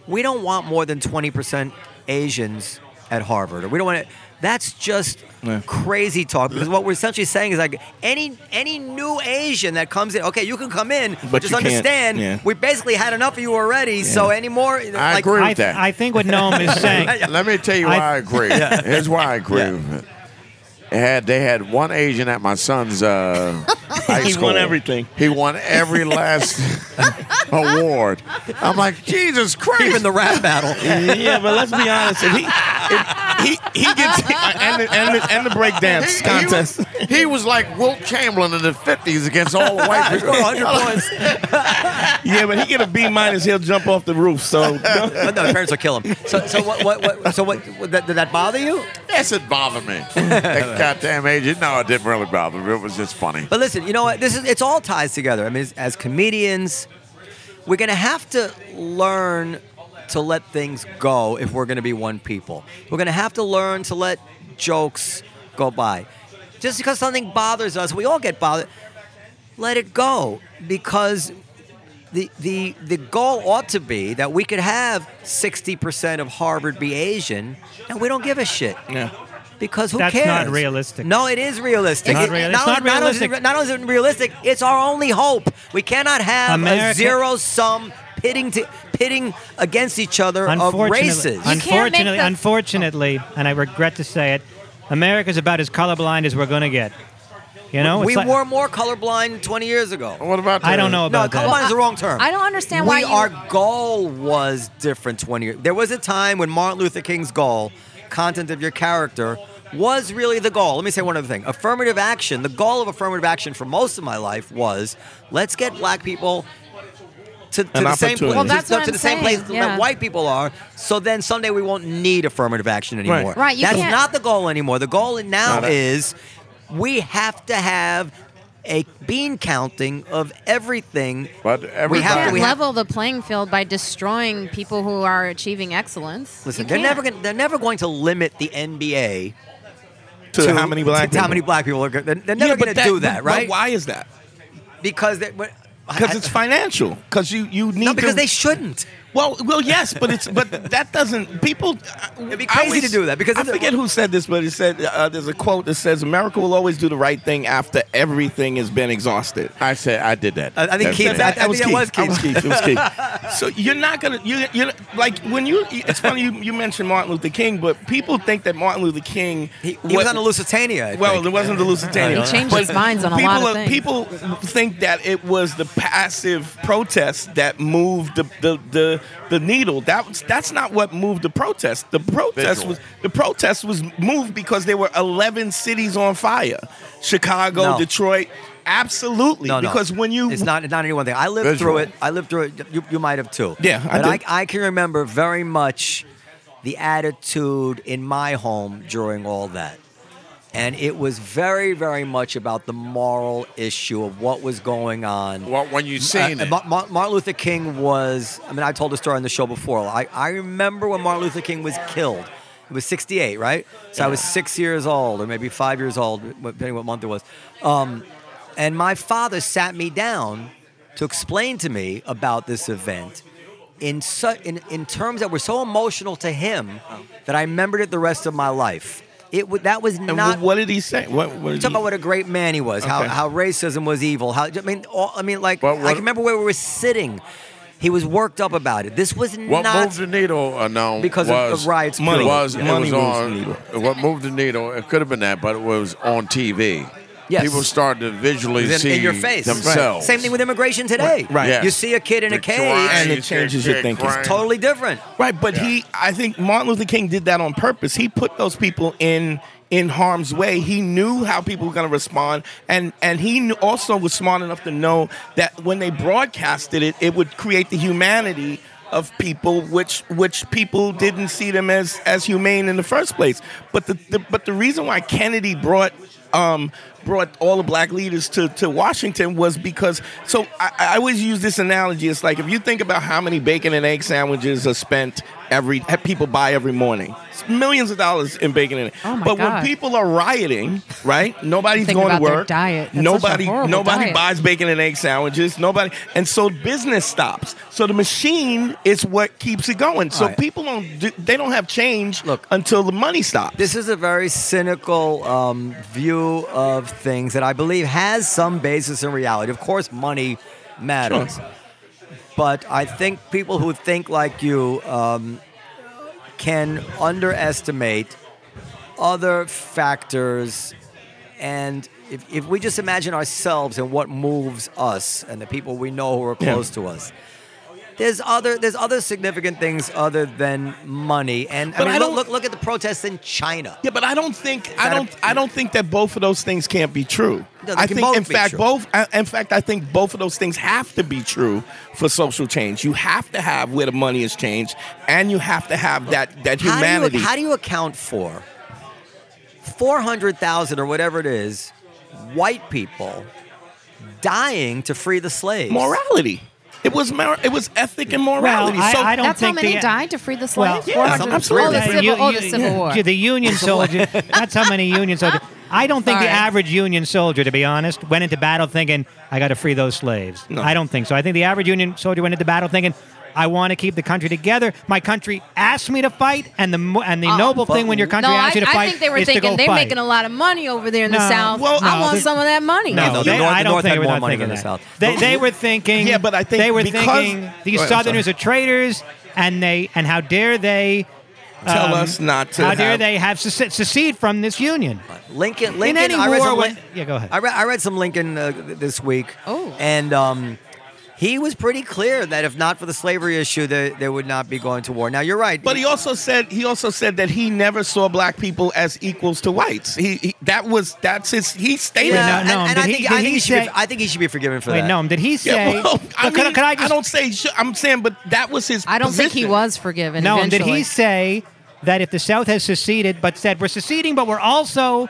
A: we don't want more than 20% Asians at Harvard, or we don't want it. That's just crazy talk because what we're essentially saying is like any any new Asian that comes in, okay, you can come in,
F: But
A: just
F: you can't-
A: understand
F: yeah.
A: we basically had enough of you already. So any more,
C: I
A: like,
C: agree.
B: I,
C: that.
B: I think what
A: (laughs)
B: Noam is saying.
C: Let me tell you why I,
B: I-
C: agree. Here's why I agree. Had they had one Asian at my son's uh, high
F: He won
C: school,
F: everything.
C: He won every last award. I'm like Jesus Christ!
A: even the rap battle.
F: (laughs) (laughs) yeah, but let's be honest. If he, if he, he gets uh, and the, and the, and the breakdance
C: He- he was-
F: contest.
C: He was, like Wilt Chamberlain in the '50s against all the white people.
A: 100 Oh, points.
F: Yeah, but he get a B minus, he'll jump off the roof.
C: (laughs)
F: So
A: But no, the parents will kill him. So, so what, what, what, so what, what that, did that bother you?
C: (laughs) Yes, it bothered me. That goddamn Asian. No, it didn't really bother me. It was just funny.
A: But listen, you know what? This is it's all ties together. I mean, as, as comedians, we're gonna have to learn to let things go if we're gonna be one people. We're gonna have to learn to let jokes go by. Just because something bothers us, we all get bothered. Let it go because the the the goal ought to be that we could have 60% of Harvard be Asian, and we don't give a shit.
F: yeah.
A: Because who
B: That's
A: cares?
B: not realistic.
A: No, it is realistic.
B: It's not
A: It-
B: real-
A: not,
B: it's not
A: not only is it-
B: realistic.
A: Not only, is it realistic, it's our only hope. We cannot have a
B: America-
A: zero sum pitting to, pitting against each other of
B: Unfortunately,
A: races.
D: You can't make
B: Unfortunately,
D: the-
B: unfortunately, and I regret to say it, America's about as colorblind as we're going to get. You know,
A: we
B: It's like-
A: were more colorblind 20 years ago.
C: What about?
B: I
C: the-
B: don't know
A: No,
B: about that.
A: colorblind is the wrong term.
D: I don't understand
A: we,
D: why you-
A: our goal was different 20 years. There was a time when Martin Luther King's goal, content of your character, was really the goal. Let me say one other thing. Affirmative action, the goal of affirmative action for most of my life was let's get black people to, to
F: An
A: the same place
F: opportunity. Well,
D: that's
A: to,
D: what
A: to
D: I'm
A: the same place
D: saying, yeah.
A: that white people are. So then someday we won't need affirmative action anymore.
D: Right, you
A: that's
D: can't-
A: not the goal anymore. The goal now
C: Not a-
A: is we have to have a bean counting of everything.
C: But
A: we have
C: everybody-
A: to
D: can't
A: we have,
D: level the playing field by destroying people who are achieving excellence.
A: listen.
D: You
A: They're
D: can't.
A: never gonna, they're never going to limit the NBA
F: To, how many black?
A: to how many
F: people?
A: black people are going. They're, they're never
F: but
A: going to do that,
F: but-
A: right?
F: But why is that?
A: Because they, but-
F: Because it's financial. Because you you need
A: no, because
F: to,
A: they shouldn't.
F: Well, well, yes, but it's but that doesn't people. It'd
A: be crazy to do that, because
F: I
A: it's a-
F: forget who said this, but it said uh, there's a quote that says America will always do the right thing after everything has been exhausted.
C: I said I did that.
A: I- I think
C: That's
A: Keith-
C: it.
A: that- I think that was Keith.
F: Keith. It
A: (laughs)
F: was Keith. so you're not gonna you you like when you it's funny you, you mentioned Martin Luther King, but people think that Martin Luther King
A: He, he was on a Lusitania. (laughs) I
F: well,
A: think.
F: it wasn't the Lusitania.
D: He changed his minds on a
F: people
D: lot of
F: are-
D: things.
F: People think that it was the passive protest that moved the the, the, the needle. That was, that's not what moved the protest. The protest
C: Vigil.
F: was the protest was moved because there were eleven cities on fire, Chicago,
A: No.
F: Detroit. Absolutely,
A: No, no.
F: because when you
A: it's not it's not any one thing. I lived
C: Visual.
A: through it. I lived through it. You, you might have too.
F: Yeah, I
A: but
F: did.
A: I, I can remember very much the attitude in my home during all that. And it was very, very much about the moral issue of what was going on.
C: Well, when you seen
A: Uh,
C: it,
A: Ma- Ma- Martin Luther King was, I mean, I told a story on the show before. I, I remember when Martin Luther King was killed. It was 68, right? So I was six years old, or maybe five years old, depending what month it was. Um, and my father sat me down to explain to me about this event in, su- in, in terms that were so emotional to him that I remembered it the rest of my life. It w- that was
F: and
A: not
F: what did he say? What, what did
A: Talk
F: he-
A: about what a great man he was. How
F: Okay.
A: how racism was evil. How I mean, all, I mean, like
C: But
A: I
C: what-
A: can remember where we were sitting. He was worked up about it. This was
C: what
A: not
C: moved the needle? Uh, no,
A: Because of-
C: was,
A: of riots
F: Money. purely.
C: Was,
F: Money
C: it was
F: moves
C: on,
F: the needle.
C: What moved the needle? It could have been that, but it was on TV.
A: Yes.
C: people started to visually
A: in,
C: see
A: in your face.
C: themselves.
A: Same thing with immigration today.
F: Right, right.
C: Yes.
A: You see a kid in a
C: The
A: cage,
C: crying,
F: And it
C: you see a
F: changes your
C: kid
F: thinking.
C: crying.
A: totally different.
F: Right, but he I think Martin Luther King did that on purpose. He put those people in in harm's way. He knew how people were going to respond and and he knew, also was smart enough to know that when they broadcasted it, it would create the humanity of people which which people didn't see them as as humane in the first place. But the, the but the reason why Kennedy brought um, brought all the black leaders to, to Washington was because. So I, I always use this analogy. It's like if you think about how many bacon and egg sandwiches are spent every that people buy every morning. It's millions of dollars in bacon and egg.
D: Oh my
F: but when
D: God.
F: people are rioting, right? Nobody's
D: Think
F: going to
D: about their
F: work.
D: diet. That's such a
F: nobody
D: horrible
F: nobody
D: diet.
F: buys bacon and egg sandwiches. Nobody and so business stops. So the machine is what keeps it going. So
A: All right.
F: people don't do, they don't have change
A: Look.
F: until the money stops.
A: This is a very cynical um, view of things that I believe has some basis in reality. Of course, money matters. But I think people who think like you um, can underestimate other factors. And if, if we just imagine ourselves and what moves us and the people we know who are close to us. There's other there's other significant things other than money, and I
F: But
A: mean,
F: I
A: look-
F: don't-
A: look look at the protests in China.
F: Yeah, but I don't think I
A: that a-
F: don't I I don't think that both of those things can't be true.
A: No, they
F: I
A: can
F: think,
A: both
F: in
A: be
F: fact,
A: true.
F: both. I, in fact, I think both of those things have to be true for social change. You have to have where the money is changed, and you have to have that
A: How
F: that
A: do you-
F: humanity.
A: How do you, account for 400,000 or whatever it is, white people dying to free the slaves?
F: morality. It was mor- it was ethic and morality.
B: I-
F: so
B: I don't
D: That's how
B: think
D: many
B: the-
D: died to free the
B: Well,
D: slaves.
B: yeah,
D: 400
F: absolutely.
D: Oh, the
F: Right.
D: civil,
B: You-
D: oh, the
B: you-
D: Civil War.
B: The
D: (laughs)
B: Union soldier. That's how many Union soldiers. I don't think the
D: Sorry.
B: average Union soldier, to be honest, went into battle thinking, I got to free those slaves. I don't think so. I think the average Union soldier went into battle thinking, I want to keep the country together. My country asked me to fight, and the mo- and the
D: Uh-uh.
B: noble thing when your country
D: no,
B: asks
D: I,
B: you to
D: I
B: fight
D: think they were
B: is to
D: thinking
B: go
D: they're
B: fight.
D: making a lot of money over there in the
B: No.
D: South.
B: Well,
D: I
B: no.
D: want some of that money.
B: No,
A: the
B: they,
A: North-
B: I
A: the
B: don't
A: North
B: think
A: had
B: they were
A: more
B: not
A: money
B: thinking
A: than the
B: that.
A: South.
B: They,
A: The-
B: they were thinking.
F: Yeah, but I think
B: they were
F: because-
B: thinking these
F: Go ahead, I'm
B: Southerners are traitors, and they and how dare they um,
F: Tell us not to
B: How dare
F: have-
B: they have sece- secede from this union?
A: Lincoln, Lincoln,
B: any
A: I read
B: war
A: some
B: when-
A: Lin-
B: Yeah, go ahead.
A: I read, I read some Lincoln uh, th- this week.
D: Oh.
A: And um, he was pretty clear that if not for the slavery issue, they, they would not be going to war. Now, you're right.
F: But he also said he also said that he never saw black people as equals to whites. He, he that was that's his he stated
B: Wait,
A: yeah,
F: that.
B: no, no,
A: and, and
B: did
A: I
B: he-
A: think,
B: did
A: I, think
B: he
A: he should be,
B: say-
A: I think he should be forgiven for
B: Wait,
A: that.
B: no. um, Did he say?
F: (laughs) Yeah,
B: (laughs)
F: well, I,
B: Look, could,
F: mean,
B: could I just?
F: don't say. sh- I'm saying, but that was his.
D: I don't think he
F: position.
D: was forgiven.
B: no. um,
D: eventually.
B: Did he say that if the South has seceded, but said we're seceding, but we're also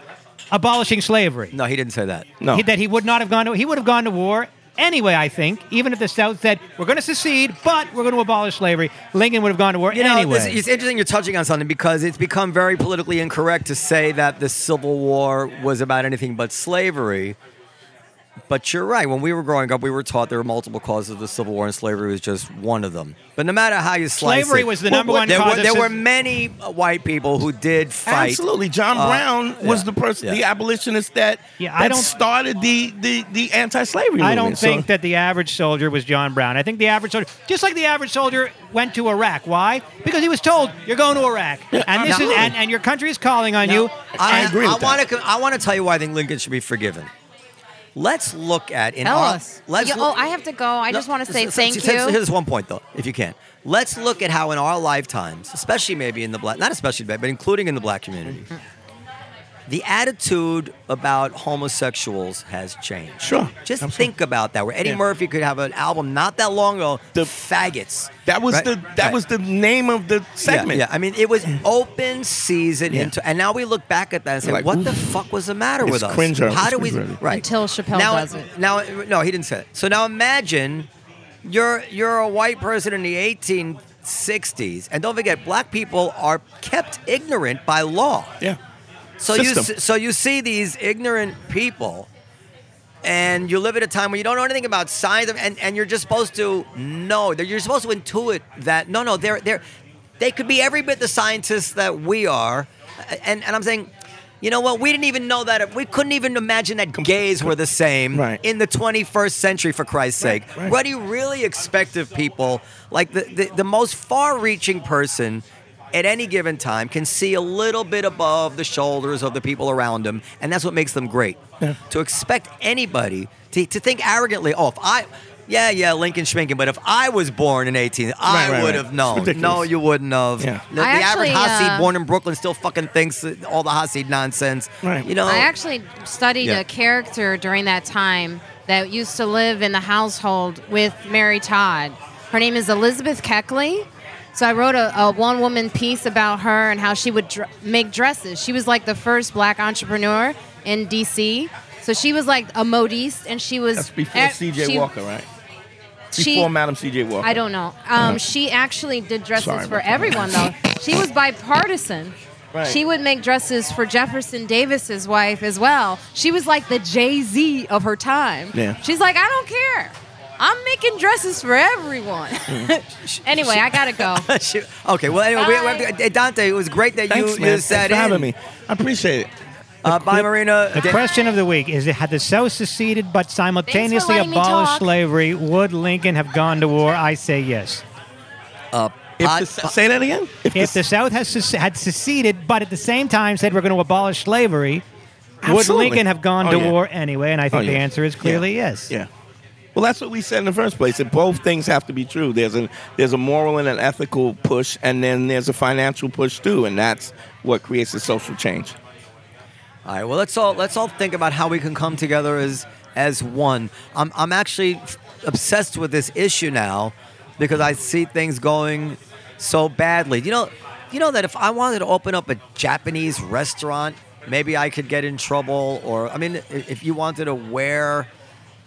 B: abolishing slavery?
A: No, he didn't say that.
F: No.
B: He- that he would not have gone to. He would have gone to war anyway. I think, even if the South said we're going to secede, but we're going to abolish slavery, Lincoln would have gone to war
A: You know,
B: anyway.
A: this- it's interesting you're touching on something because it's become very politically incorrect to say that the Civil War was about anything but slavery. But you're right. When we were growing up, we were taught there were multiple causes of the Civil War, and slavery was just one of them. But no matter how you slice
B: Slavery
A: it,
B: was the number one
A: there
B: cause
A: Were,
B: of
A: there
B: civ-
A: were many uh, white people who did fight.
F: Absolutely, John
A: Uh,
F: Brown was
A: yeah,
F: the person,
A: yeah.
F: the abolitionist that
B: Yeah,
F: that
B: I don't-
F: started the the the anti-slavery.
B: I don't
F: movement. So-
B: think that the average soldier was John Brown. I think the average soldier, just like the average soldier, went to Iraq. Why? Because he was told you're going to Iraq, and this is
F: absolutely.
B: and, and your country is calling on you.
A: I,
B: and-
F: agree with
A: I want to. I want to tell you why I think Lincoln should be forgiven. Let's look at in
D: Tell
A: our,
D: us.
A: Uh, Let's
D: Yeah,
A: look-
D: oh, I have to go. I just want to say
A: s- s-
D: thank
A: s-
D: you.
A: Here's one point though, if you can. Let's look at how in our lifetimes, especially maybe in the black, not especially but including in the black community, the attitude about homosexuals has changed.
F: Sure.
A: Just think about that. Where Eddie Murphy could have an album not that long ago, the faggots.
F: that was
A: Right?
F: the that
A: Right.
F: was the name of the
A: Yeah,
F: segment.
A: Yeah, I mean, it was open season
F: Yeah.
A: into, and now we look back at that and say,
F: Like,
A: "What
F: oof.
A: the fuck was the matter
F: It's
A: with us?
F: cringe already.
A: How
F: It's
A: do we?"
F: cringe already.
A: Right
D: Until Chappelle
A: now,
D: does it.
A: Now, no, he didn't say it. So now imagine you're you're a white person in the 1860s, and don't forget, black people are kept ignorant by law.
F: yeah.
A: So you
F: System.
A: s- so you see these ignorant people, and you live at a time when you don't know anything about science, and, and you're just supposed to know. that You're supposed to intuit that no, no, they're they're they could be every bit the scientists that we are, and and I'm saying. You know what? We didn't even know that. We couldn't even imagine that gays were the same
F: Right.
A: in the 21st century, for Christ's sake.
F: right.
A: What do you really expect of people? Like, the, the, the most far reaching person at any given time can see a little bit above the shoulders of the people around them, and that's what makes them great. To expect anybody to, to think arrogantly, oh, if I. Yeah, yeah, Lincoln Schminken. But if I was born in 18, I
F: Right, right,
A: would
F: right.
A: have
F: It's
A: known.
F: ridiculous.
A: No, you wouldn't have.
F: Yeah.
A: The, the
D: I
A: average
D: actually,
A: Hasid
D: uh,
A: born in Brooklyn still fucking thinks that all the Hasid nonsense.
F: Right.
A: You know,
D: I actually studied
A: Yeah.
D: a character during that time that used to live in the household with Mary Todd. Her name is Elizabeth Keckley. So I wrote a, a one woman piece about her and how she would dr- make dresses. She was like the first black entrepreneur in D.C. So she was like a modiste, and she was
F: That's before
D: at-
F: C.J.
D: she-
F: Walker, right? Before
D: she-
F: Madam C.J. Walker.
D: I don't know. Um, she actually did dresses
F: Uh, Sorry
D: for
F: about that.
D: everyone, though. She was bipartisan.
F: Right.
D: She would make dresses for Jefferson Davis's wife as well. She was like the Jay Z of her time.
F: Yeah.
D: She's like, I don't care. I'm making dresses for everyone.
F: Mm.
D: (laughs) anyway, I gotta
A: (laughs)
D: go.
A: Shoot. okay, well, anyway, we, we have to, eh, Dante, it was great that
F: Thanks,
A: you,
F: man.
A: you sat
F: Thanks for
A: in.
F: having me. I appreciate it.
A: Uh, bye, Marina.
B: The
A: Da-
B: question of the week is: Had the South seceded but simultaneously
D: letting me
B: abolished
D: talk.
B: slavery, would Lincoln have gone to war? I say yes.
F: If
A: pod-
F: the- say that again.
B: If the South has sec- had seceded but at the same time said we're going to abolish slavery,
F: Absolutely.
B: would Lincoln have gone
F: Oh,
B: to
F: yeah.
B: war anyway? And I think
F: Oh,
B: the
F: yeah.
B: answer is
F: Yeah.
B: clearly yes.
F: Yeah. Well, that's what we said in the first place. That both things have to be true. There's an there's a moral and an ethical push, and then there's a financial push too, and that's what creates the social change.
A: All right. Well, let's all let's all think about how we can come together as as one. I'm I'm actually f- obsessed with this issue now because I see things going so badly. You know, you know that if I wanted to open up a Japanese restaurant, maybe I could get in trouble. Or I mean, i- if you wanted to wear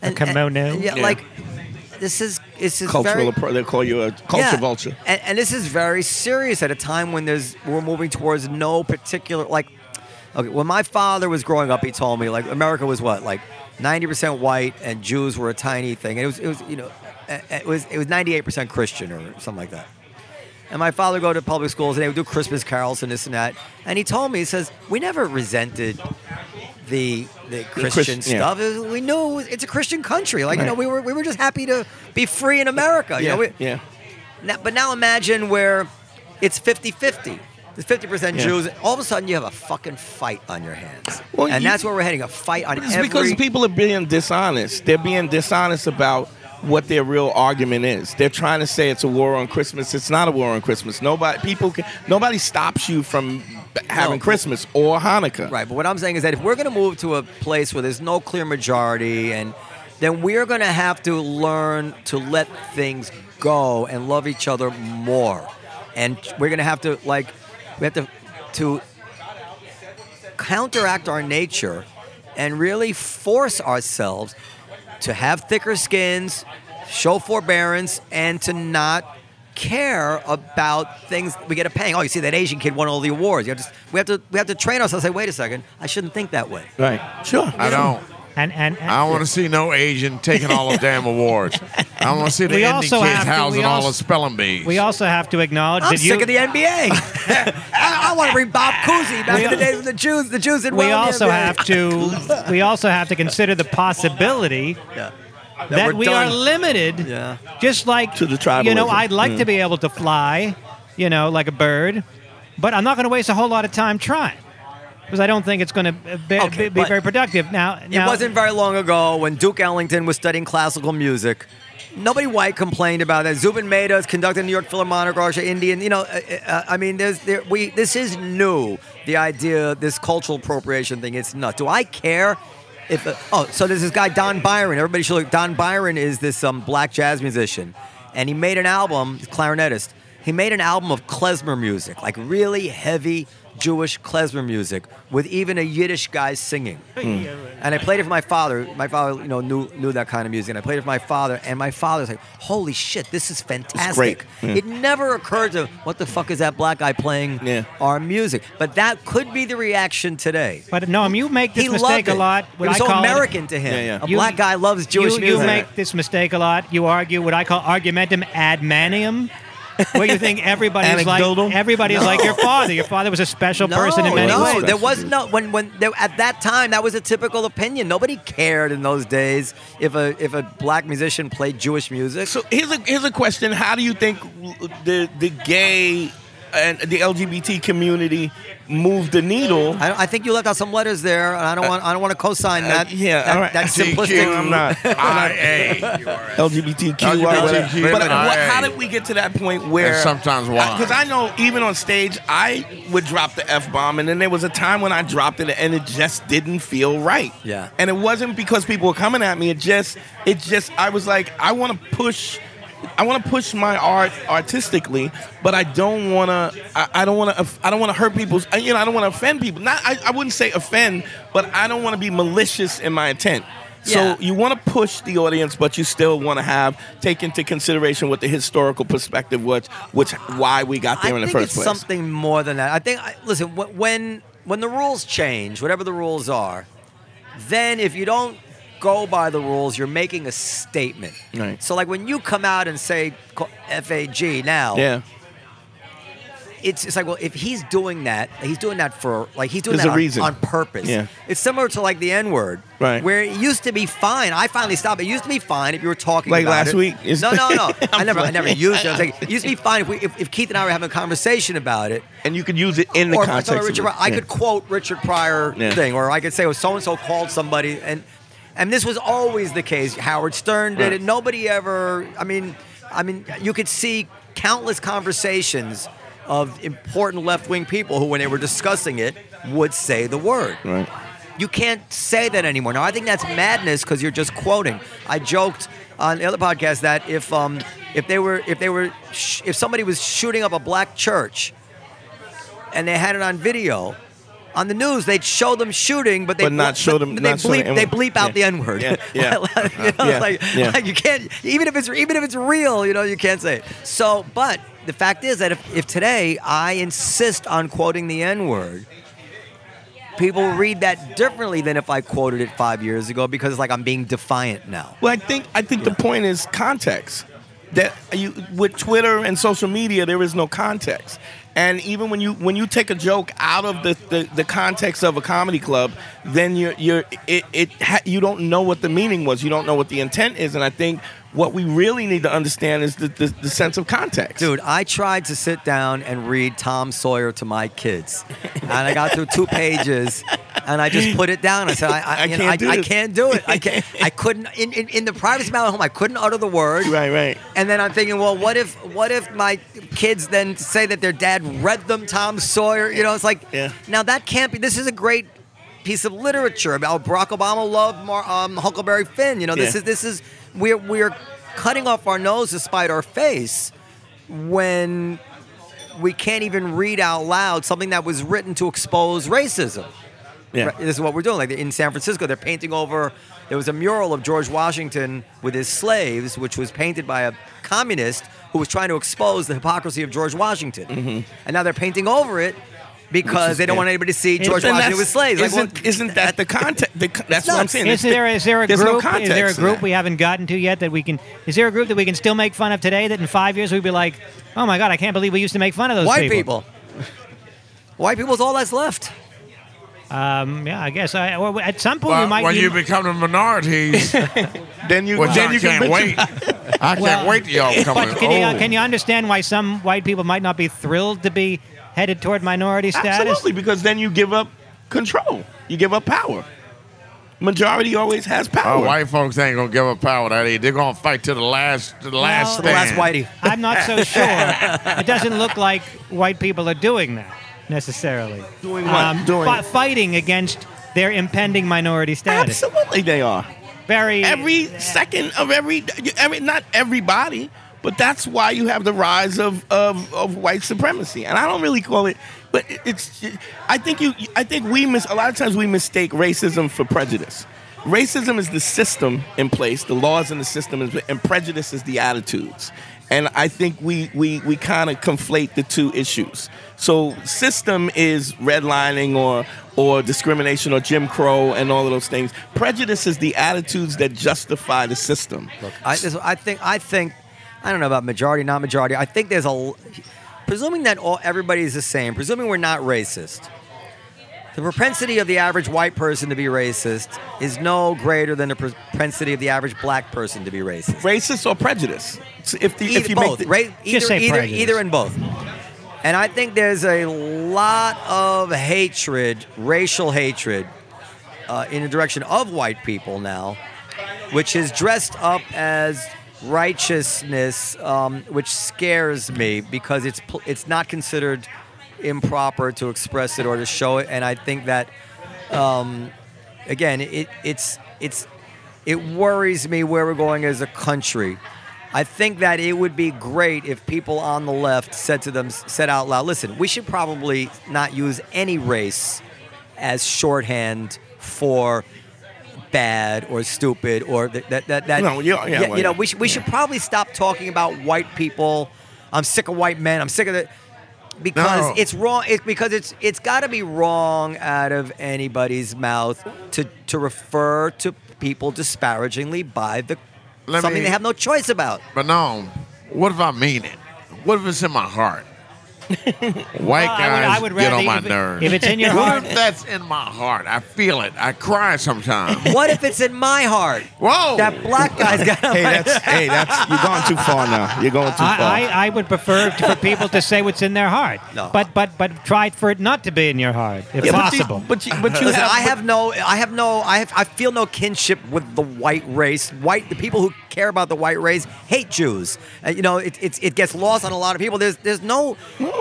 A: an-
B: kimono?
A: yeah,
F: Yeah.
A: like this is this is
F: Cultural,
A: very, Uh,
F: appro- they call you a culture vulture.
A: and, and this is very serious at a time when there's we're moving towards no particular like. Okay, when my father was growing up, he told me like America was what like ninety percent white and Jews were a tiny thing, and it was it was you know eh, eh, it was it was ninety eight percent Christian or something like that. And my father would go to public schools and they would do Christmas carols and this and that. And he told me he says we never resented the the Christian
F: Christ- yeah.
A: stuff. It was- We knew it was- it's a Christian country. Like you
F: Right.
A: know we were we were just happy to be free in America. You know, we,
F: yeah.
A: now, but now imagine where it's 50 50. There's 50%
F: Yeah.
A: Jews. All of a sudden, you have a fucking fight on your hands.
F: Well,
A: and
F: you-
A: that's where we're heading a fight on
F: It's
A: every
F: because people are being dishonest. They're being dishonest about what their real argument is. They're trying to say it's a war on Christmas. It's not a war on Christmas. Nobody, people, can, nobody stops you from having
A: No.
F: Christmas or Hanukkah.
A: Right. But what I'm saying is that if we're going to move to a place where there's no clear majority, and then we're going to have to learn to let things go and love each other more. And we're going to have to, like, we have to, to counteract our nature and really force ourselves to have thicker skins, show forbearance, and to not care about things we get a pang. Oh, you see that Asian kid won all the awards. You have to, we have to we have to train ourselves. Say, wait a second, I shouldn't think that way.
B: Uh,
F: Right. Sure.
C: I don't.
B: And and, and
C: I don't want to see no Asian taking all the damn awards. I want to see the
B: We
C: Indian kids
B: also have to-
C: housing
B: we
C: all
B: also-
C: the spelling bees.
B: we also have to acknowledge
A: I'm
B: that you
A: sick of the NBA. (laughs) I, I want to bring Bob Cousy back
B: We
A: in the
B: al-
A: days when the Jews the Jews did well.
B: we
A: in the
B: also
A: NBA.
B: have to we also have to consider the possibility
A: Yeah.
B: that,
A: we're
B: we
A: done.
B: are limited
A: Yeah.
B: just like
F: To the
B: you know
F: tribalism.
B: i'd like
F: Yeah.
A: Mm.
B: to be able to fly you know like a bird but i'm not going to waste a whole lot of time trying because i don't think it's going to be,
A: Okay,
B: be
A: but-
B: very productive now,
A: It
B: now-
A: wasn't very long ago when Duke Ellington was studying classical music. Nobody white complained about that. Zubin Mehta is conducting New York Philharmonic Orchestra, Indian. You know, uh, uh, I mean, there's there, we. This is new. The idea, this cultural appropriation thing, it's nuts. Do I care? If uh, oh, so there's this guy Don Byron. Everybody should look. Don Byron is this um, black jazz musician, and he made an album. He's a clarinetist. He made an album of klezmer music, like really heavy Jewish klezmer music, with even a Yiddish guy singing.
B: Mm.
A: And I played it for my father. My father, you know, knew knew that kind of music. And I played it for my father, and my father's like, "Holy shit, this is fantastic!"
F: great. Yeah.
A: It never occurred to him, what the fuck is that black guy playing
F: Yeah.
A: our music? But that could be the reaction today.
B: but no um, you make this
A: he
B: mistake
A: loved
B: a
A: it.
B: lot
A: It
B: what
A: was
B: I
A: so
B: call it-
A: American to him.
F: Yeah, yeah.
A: A
B: You-
A: black guy loves Jewish
B: you,
A: music.
B: You make this mistake a lot. You argue what I call argumentum ad manium, where you think everybody's
F: Anecdotal?
B: like everybody's like your father. Your father was a special person in many
A: no,
B: ways.
A: there was no when when there, at that time that was a typical opinion. Nobody cared in those days if a if a black musician played Jewish music.
F: So here's a here's a question: How do you think the the gay and the LGBT community moved the needle?
A: I, I think you left out some letters there, and I don't want I don't want to co-sign that.
F: Uh, yeah,
A: that,
F: all right.
A: that
F: (laughs) CQ.
A: simplistic.
F: I'm not.
B: (laughs)
C: IA.
F: LGBTQ,
C: LGBTQ,
F: whatever.
C: and
F: But what,
C: I.
F: how did we get to that point where
C: And sometimes why.
F: Because I know even on stage, I would drop the f bomb, and then there was a time when I dropped it, and it just didn't feel right.
A: Yeah.
F: and it wasn't because people were coming at me. It just, it just, I was like, I want to push I want to push my art artistically, but I don't want to. I, I don't want to. I don't want to hurt people's. I- You know, I don't want to offend people. Not. I, I wouldn't say offend, but I don't want to be malicious in my intent.
A: Yeah.
F: So you want to push the audience, but you still want to have take into consideration what the historical perspective was, which why we got there
A: I
F: in the
A: think
F: first
A: it's
F: place.
A: something more than that. I think. I- Listen, wh- when when the rules change, whatever the rules are, then if you don't go by the rules, you're making a statement.
F: Right.
A: So, like when you come out and say co- "FAG" now,
F: yeah,
A: it's, it's like, well, if he's doing that, he's doing that for like he's doing
F: There's
A: that
F: a
A: on,
F: reason.
A: on purpose.
F: Yeah.
A: It's similar to like the N word,
F: Right.
A: Where it used to be fine. I finally stopped. It used to be fine if you were talking
F: Like
A: about it.
F: last week? It's-
A: No, no,
F: (laughs)
A: no. I
F: I'm
A: never, I
F: playing.
A: never used it. I was like, it used to be fine if, we, if, if Keith and I were having a conversation about it.
F: and you could use it in the
A: or if I,
F: context.
A: told
F: of
A: Richard
F: it.
A: Pryor- I
F: Yeah.
A: could quote Richard Pryor
F: Yeah.
A: thing, or I could say, "Oh, so and so called somebody," and and this was always the case. Howard Stern did
F: Right.
A: it. Nobody ever. I mean, I mean, you could see countless conversations of important left wing people who, when they were discussing it, would say the word.
F: Right.
A: You can't say that anymore. Now, I think that's madness because you're just quoting. I joked on the other podcast that if um if they were if they were sh- if somebody was shooting up a black church and they had it on video on the news, they'd show them shooting, but they
F: But not show them-
A: They
F: not show the
A: bleep, they
F: N-word.
A: bleep out
F: Yeah.
A: the N word. (laughs)
F: Yeah, yeah. Uh-huh.
A: you know,
F: Yeah,
A: Like,
F: yeah.
A: like you can't even if it's even if it's real, you know, you can't say it. So, but the fact is that if, if today I insist on quoting the N word, people read that differently than if I quoted it five years ago because it's like I'm being defiant now.
F: Well, I think I think the point is context. That you with Twitter and social media, there is no context. And even when you when you take a joke out of the, the, the context of a comedy club, then you're you're it, it ha- you don't know what the meaning was. You don't know what the intent is. And I think what we really need to understand is the, the, the sense of context.
A: Dude, I tried to sit down and read Tom Sawyer to my kids, and I got through two pages, and I just put it down. I said, "I, I,
F: I
A: you know,
F: can't
A: I,
F: do
A: I
F: this.
A: can't do it. I can't. I couldn't. In, in, in the privacy of my own home, I couldn't utter the word.
F: Right, right.
A: And then I'm thinking, well, what if what if my kids then say that their dad read them Tom Sawyer? You know, it's like
F: Yeah.
A: now that can't be. This is a great piece of literature about Barack Obama loved Mar- um, Huckleberry Finn. You know, this
F: Yeah.
A: is this is we're we're cutting off our nose to spite our face when we can't even read out loud something that was written to expose racism.
F: Yeah.
A: Right, This is what we're doing. Like in San Francisco, they're painting over. There was a mural of George Washington with his slaves, which was painted by a communist who was trying to expose the hypocrisy of George Washington. And now they're painting over it because
F: Mm-hmm. is-
A: they don't
F: yeah.
A: want anybody to see George
F: And
A: Washington
F: that's-
A: with slaves. Like,
F: Isn't,
A: well,
F: isn't that the context? The, con- that's what I'm
A: nuts.
F: saying.
B: Is
F: It's the-
B: there is there a
F: there's no
B: group? is there a
F: context in
B: group
F: that.
B: we haven't gotten to yet that we can? Is there a group that we can still make fun of today that in five years we'd be like, oh my god, I can't believe we used to make fun of those
A: white people. White people is all that's left.
B: Um, yeah, I guess. I, or at some point
C: Well,
B: we might.
C: when
B: you
C: you
B: might-
C: become
B: (laughs)
C: the minorities,
F: Then you
C: well,
F: then
C: then
F: you can
C: can't
F: bitch
C: wait. I can't wait
B: (laughs)
C: till y'all come.
B: But
C: in.
B: can, you,
C: Oh.
B: can you understand why some white people might not be thrilled to be headed toward minority status?
F: Absolutely, because then you give up control. You give up power. Majority always has
C: Oh,
F: power.
C: white folks ain't gonna give up power that either. They're gonna fight to the last, to the last,
B: the last
C: stand.
A: Whitey.
B: I'm not
F: (laughs)
B: so sure. it doesn't look like white people are doing that necessarily.
F: Doing what? Doing-
B: fi- fighting against their impending minority status.
F: Absolutely, they are.
B: Very
F: Every second of every, every, not everybody, but that's why you have the rise of, of, of white supremacy. And I don't really call it, but it- it's. I think you. I think we miss a lot of times we mistake racism for prejudice. Racism is the system in place, the laws in the system, is, and prejudice is the attitudes. And I think we we we kind of conflate the two issues. So system is redlining or or discrimination or Jim Crow and all of those things. Prejudice is the attitudes that justify the system.
A: I, this, I think I think I don't know about majority, not majority. I think there's a l- presuming that all everybody is the same. Presuming we're not racist, the propensity of the average white person to be racist is no greater than the propensity of the average black person to be racist.
F: Racist or prejudice? So if the,
A: Either,
F: if you
A: both,
F: make the,
A: right? Either,
B: say
A: either,
B: prejudice.
A: either, and both. And I think there's a lot of hatred, racial hatred, uh, in the direction of white people now, which is dressed up as righteousness, um, which scares me because it's pl- it's not considered improper to express it or to show it, and I think that again, it, it's it's it worries me where we're going as a country I think that it would be great if people on the left said to them, said out loud, listen, we should probably not use any race as shorthand for bad or stupid or th- that that that
F: No, yeah, yeah, well,
A: you know
F: yeah.
A: we, should, we should probably stop talking about white people i'm sick of white men i'm sick of the because
C: No.
A: it's wrong it's because it's it's got to be wrong out of anybody's mouth to to refer to people disparagingly by the
C: Let
A: something
C: me-
A: they have no choice about
C: But no, what if I mean it? What if it's in my
B: (laughs)
C: heart? White
B: Well,
C: guys
B: I would, I would
C: get
B: rather
C: on my
B: if, it-
C: nerves.
B: if it's in your
C: what
B: heart.
C: if (laughs) that's in my heart? I feel it. I cry sometimes.
A: what if it's in my heart
C: Whoa!
A: that black
C: (laughs)
A: guy's got
F: Hey, that's hey, that's you're going too far now. You're going too far.
B: I, I, I would prefer to, for people to say what's in their heart.
A: No.
B: But but but try for it not to be in your heart, if possible.
F: (laughs) But you, but you, but you
A: (laughs) Listen,
F: have,
A: I have no, I have no, I have, I feel no kinship with the white race. White, the people who care about the white race hate Jews. Uh, you know, it, it it gets lost on a lot of people. There's there's no,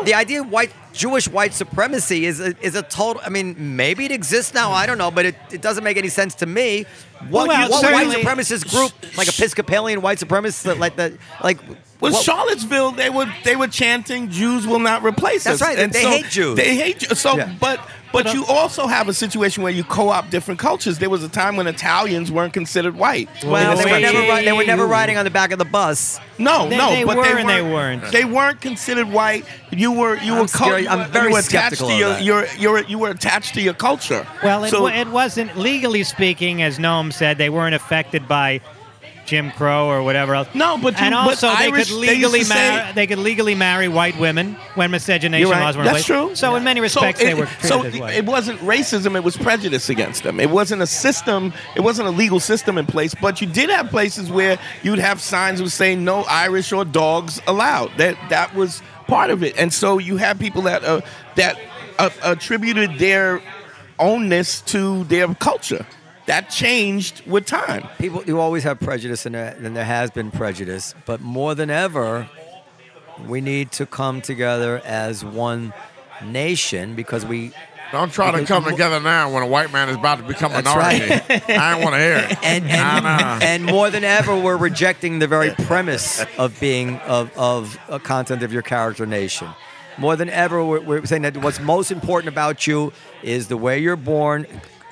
A: the idea of white Jewish white supremacy is a, is a total. I mean, maybe it exists now. I don't know, but it, it doesn't make any sense to me. What,
B: Well,
A: what white
B: certainly-
A: supremacist group, like Episcopalian white supremacists, that like that, like
F: Well,
A: what-
F: Charlottesville, they were they were chanting Jews will not replace
A: That's
F: us.
A: right, they hate Jews.
F: They hate Jews. So,
A: Yeah.
F: but but you also have a situation where you co-opt different cultures. There was a time when Italians weren't considered white.
A: Well,
F: In this
A: they were
F: country.
A: never ri- they were never
B: Wait.
A: riding on the back of the bus.
F: No,
B: They-
F: no,
B: they
F: but
B: were
F: they
B: and
F: weren't,
B: they weren't.
F: They weren't considered white. You were you
A: I'm
F: were cul-
A: scared-
F: you
A: I'm
F: were-
A: very
F: you were attached
A: skeptical
F: to
A: of
F: your,
A: that.
F: your your you were attached to your culture.
B: well, it,
F: so,
B: wa- it wasn't legally speaking, as Noam said, they weren't affected by Jim Crow or whatever else.
F: No, but you-
B: and
F: but
B: also they
F: Irish-
B: could
F: they used to
B: legally
F: say-
B: marry they could legally marry white women when miscegenation
F: You're right.
B: laws were in
F: That's
B: place.
F: true.
B: So in many
F: So
B: respects,
F: it-
B: they were treated
F: so
B: as
F: it-
B: white.
F: it wasn't racism; it was prejudice against them. It wasn't a system; it wasn't a legal system in place. But you did have places where you'd have signs that say "No Irish or dogs allowed." That that was part of it, and so you have people that uh, that uh, attributed their ownness to their culture. That changed with time.
A: people you always have prejudice and there, and there has been prejudice but more than ever we need to come together as one nation because we
C: Don't try to come together now when a white man is about to become a
A: That's
C: minority. I don't want to hear it.
B: (laughs)
A: and
C: Nah,
A: and,
C: nah.
A: (laughs) and more than ever we're rejecting the very premise of being of of a content of your character nation more than ever we're, we're saying that what's most important about you is the way you're born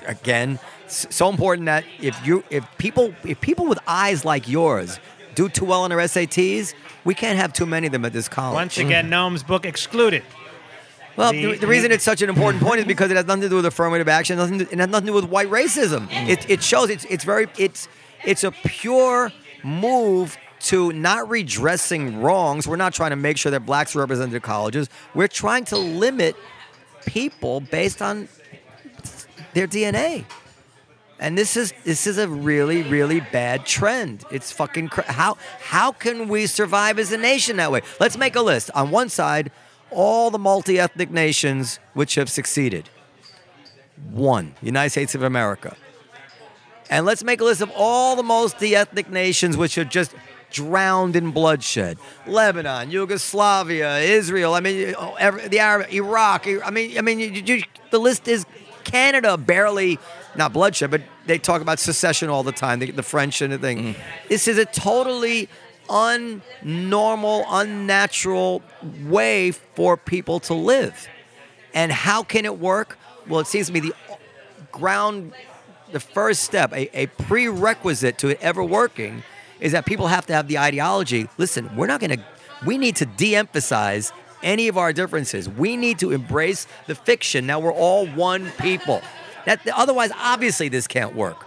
A: again s- so important that if you if people if people with eyes like yours do too well on their SATs we can't have too many of them at this college
B: Once again, Noam's book excluded.
A: Well,
B: The-
A: the, the reason it's such an important point is because it has nothing to do with affirmative action, nothing, to- it has nothing to do with white racism. It, it shows it's it's very it's it's a pure move to not redressing wrongs. We're not trying to make sure that blacks are represented at colleges. We're trying to limit people based on their DNA. And this is this is a really really bad trend. It's fucking cr- how how can we survive as a nation that way? Let's make a list. On one side, all the multi-ethnic nations which have succeeded. One, United States of America. And let's make a list of all the multi-ethnic nations which are just drowned in bloodshed. Lebanon, Yugoslavia, Israel. I mean, oh, every, the Arab, Iraq. I mean, I mean, you, you, the list is Canada barely not bloodshed, but they talk about secession all the time. The, the French and the thing. This is a totally unnormal, unnatural way for people to live. And how can it work? Well, it seems to me the ground, the first step, a, a prerequisite to it ever working is that people have to have the ideology. Listen, we're not going to, we need to de emphasize any of our differences. We need to embrace the fiction that we're all one people. That, otherwise, obviously, this can't work.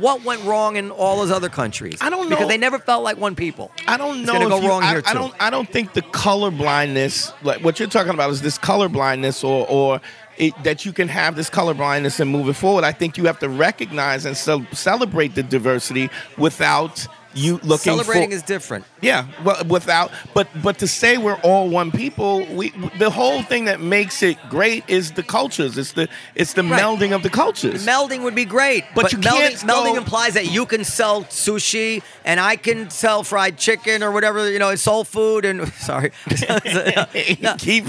A: What went wrong in all those other countries?
F: I don't know.
A: Because they never felt like one people.
F: I don't
A: It's
F: know.
A: gonna
F: if
A: go
F: you-
A: wrong
F: I,
A: here,
F: I
A: too.
F: don't. I don't think the color blindness, like what you're talking about, is this color blindness, or or it, that you can have this color blindness and move it forward. I think you have to recognize and cel- celebrate the diversity without you looking.
A: Celebrating
F: for,
A: is different.
F: yeah, well, without but but to say we're all one people, we the whole thing that makes it great is the cultures. It's the it's the
A: Right.
F: melding of the cultures. (laughs)
A: Melding would be great,
F: But you
A: melding,
F: can't go-
A: melding implies that you can sell sushi and I can sell fried chicken or whatever you know, it's soul food and (laughs) sorry.
F: (laughs)
A: No,
F: Keep-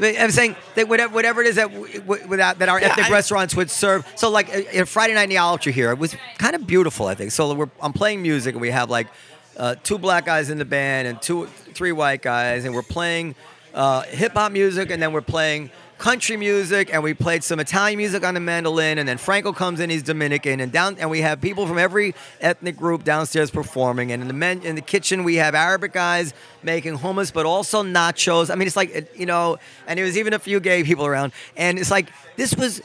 A: I'm saying that whatever, whatever it is that w- w- without that our
F: Yeah,
A: ethnic
F: I-
A: restaurants would serve. So like uh, uh, Friday night in the Altar here, it was kind of beautiful, I think. So we're, I'm playing music and we have like. uh, two black guys in the band and two, three white guys, and we're playing uh, hip hop music, and then we're playing country music, and we played some Italian music on the mandolin, and then Franco comes in, he's Dominican, and down, and we have people from every ethnic group downstairs performing, and in the men in the kitchen we have Arabic guys making hummus, but also nachos. I mean, it's like it- you know, and there was even a few gay people around, and it's like this was.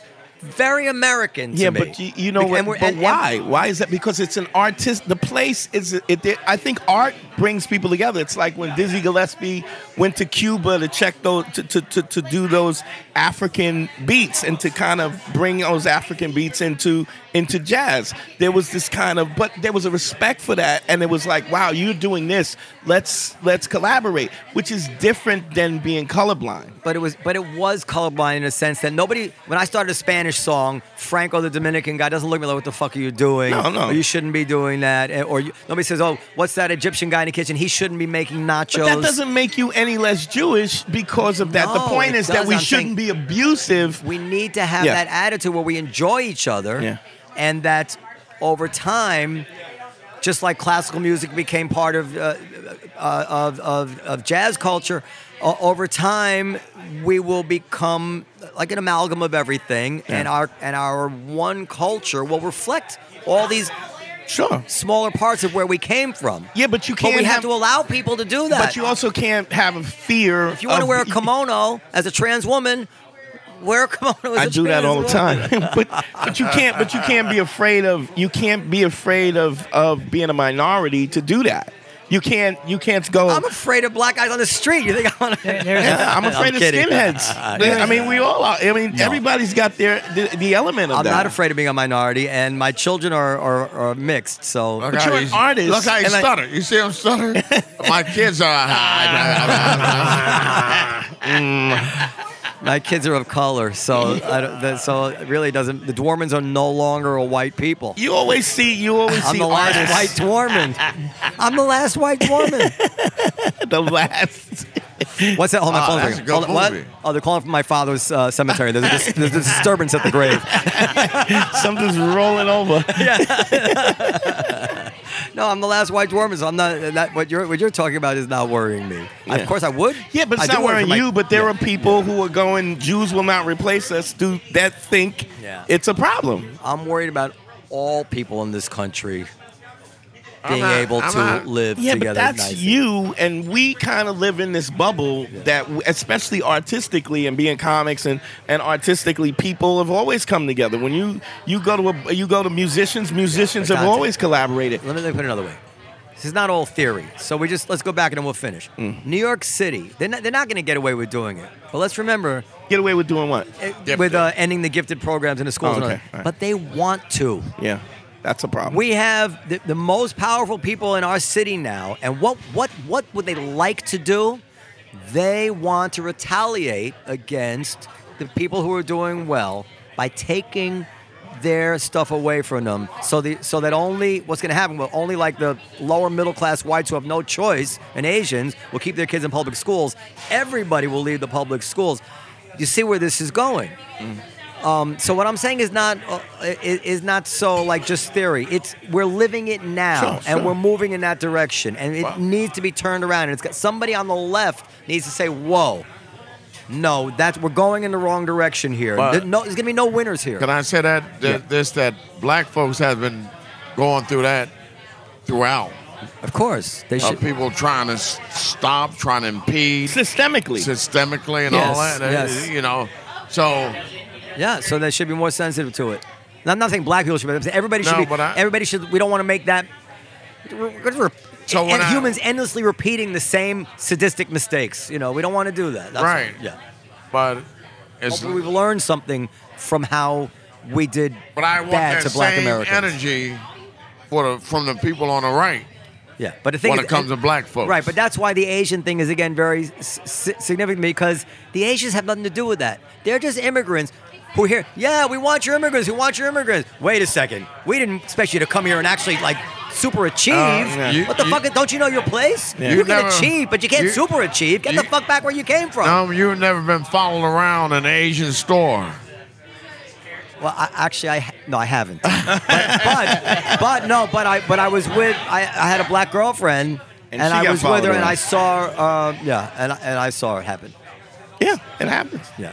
A: Very American to
F: yeah,
A: me.
F: but you, you know
A: Bec-
F: what?
A: and we're-
F: But
A: and- and-
F: why? why is that? Because it's an artist. The place is. It, it, I think art brings people together. It's like when Dizzy Gillespie went to Cuba to check those to, to, to, to do those African beats and to kind of bring those African beats into into jazz. There was this kind of, but there was a respect for that, and it was like, wow, you're doing this. Let's let's collaborate, which is different than being colorblind.
A: but it was but it was colorblind in a sense that nobody when I started a Spanish song, Franco the Dominican guy doesn't look at me like what the fuck are you doing?
F: No, no.
A: Or you shouldn't be doing that. eh, Or you, nobody says, oh, what's that Egyptian guy in the kitchen? He shouldn't be making nachos.
F: But that doesn't make you any less Jewish because of that. the
A: No,
F: point
A: it
F: is that
A: doesn't.
F: we
A: I'm
F: shouldn't
A: saying-
F: be abusive.
A: we need to have
F: Yeah.
A: that attitude where we enjoy each other
F: Yeah.
A: and that over time just like classical music became part of uh, uh, of, of, of jazz culture o- over time we will become like an amalgam of everything and our and our one culture will reflect all these
F: Sure.
A: smaller parts of where we came from
F: Yeah, but you
A: but
F: can't
A: we have,
F: have-
A: to allow people to do that
F: But you also can't have a fear.
A: if you want to
F: of-
A: wear a kimono as a trans woman wear a kimono as
F: I
A: a
F: do that
A: trans
F: all the
A: woman.
F: time. (laughs) but but you can't but you can't be afraid of you can't be afraid of of being a minority to do that. You can't you can't go.
A: I'm afraid of black guys on the street. You think I want to?
B: There's a-
F: Yeah, (laughs) I'm afraid of
A: kidding. (laughs)
F: skinheads. I mean, we all are. I mean, everybody's got their the, the element of
A: I'm
F: that.
A: not afraid of being a minority, and my children are are, are mixed. So
C: Look
F: But
C: how
F: you're an
C: he's-
F: artist,
C: Look how you
F: and I-
C: stutter. you see him stutter?
B: (laughs)
C: My kids are.
A: (laughs) my kids are of color, so I don't, that, so it really doesn't. The Dwarmans are no longer a white people.
F: You always see you always
A: I'm
F: see
A: the last
F: artists. (laughs)
A: white Dwarman. I'm the last white Dwarman.
F: the last. (laughs)
A: What's that? Hold on, my
C: Ah,
A: phone's
C: that's
A: ringing.
C: a good
A: Hold on, what?
C: movie.
A: Oh, they're calling from my father's uh, cemetery. There's a, dis- there's a disturbance at the grave.
F: Something's rolling over.
A: No, I'm the last white Dwarman. So I'm not. That, what you're what you're talking about is not worrying me. Of course, I would.
F: Yeah, but
A: I
F: it's
A: do
F: not
A: worry for
F: worrying
A: my-
F: you. But there
A: Yeah.
F: are people who are going. Jews will not replace us. Do that think
A: Yeah.
F: it's a problem?
A: I'm worried about all people in this country being
C: not-
A: able
C: I'm
A: to
C: not-
A: live
F: Yeah,
A: together.
F: but that's
A: nicely.
F: you, and we kind of live in this bubble that, w- especially artistically and being comics and, and artistically, people have always come together. When you you go to a, you go to musicians, musicians
A: but
F: have
A: Dante-
F: always collaborated.
A: Let me, let me put it another way. This is not all theory. So we just let's go back and then we'll finish.
C: Mm.
A: New York City. They're not, they're not going to get away with doing it. But let's remember
F: Get away with doing what?
A: eh,
C: Gifted.
A: with uh, ending the gifted programs in the schools.
F: Oh,
A: and all
F: okay.
A: that.
F: All right.
A: But they want to.
F: Yeah, that's a problem.
A: We have the, the most powerful people in our city now, and what what what would they like to do? They want to retaliate against the people who are doing well by taking their stuff away from them. So the so that only what's going to happen will only like the lower middle class whites who have no choice and Asians will keep their kids in public schools. Everybody will leave the public schools. You see where this is going. So what I'm saying is not uh, i- is not so like just theory. It's we're living it now,
F: Sure, sure.
A: and we're moving in that direction, and it needs to be turned around. And it's got somebody on the left needs to say, "Whoa, no, that's we're going in the wrong direction here.
C: But-
A: There- no, there's gonna be no winners here."
C: Can I say that, that this that black folks have been going through that throughout?
A: of course, they
C: Uh,
A: should.
C: people trying to s- stop, trying to impede
F: Systemically,
C: systemically and all
A: Yes,
C: that. uh,
A: yes.
C: You know, so
A: Yeah, so they should be more sensitive to it. Not, not saying black people should, but I'm saying everybody should
C: No,
A: be.
C: but I-
A: everybody should. We don't want to make that. we're- we're gonna rep-
C: So when
A: and
C: I-
A: humans endlessly repeating the same sadistic mistakes. You know, we don't want to do that. That's all.
C: right.
A: Yeah.
C: But it's
A: Hopefully we've learned something from how we did
C: but I want
A: bad
C: that
A: to black
C: same
A: Americans.
C: energy for the, from the people on the right.
A: Yeah, but the thing
C: when
A: is-
C: it comes
A: and-
C: to black folks.
A: right? But that's why the Asian thing is again very s- s- significant because the Asians have nothing to do with that. They're just immigrants who here. Yeah, we want your immigrants. We want your immigrants. Wait a second. We didn't expect you to come here and actually like super achieve.
C: Uh, you-
A: what the
C: you-
A: fuck? Don't you know your place? You,
C: You
A: can
C: never-
A: achieve, but you can't
C: you-
A: super achieve. Get the
C: you-
A: fuck back where you came from.
C: Um, you've never been followed around an Asian store.
A: Well, I, actually, I ha- no, I haven't. But, but but no, but I but I was with I, I had a black girlfriend, and,
F: And she
A: I
F: got
A: was with her,
F: followed
A: and I
F: around.
A: saw uh, yeah, and I- and I saw it happen.
F: Yeah, it happens.
A: Yeah.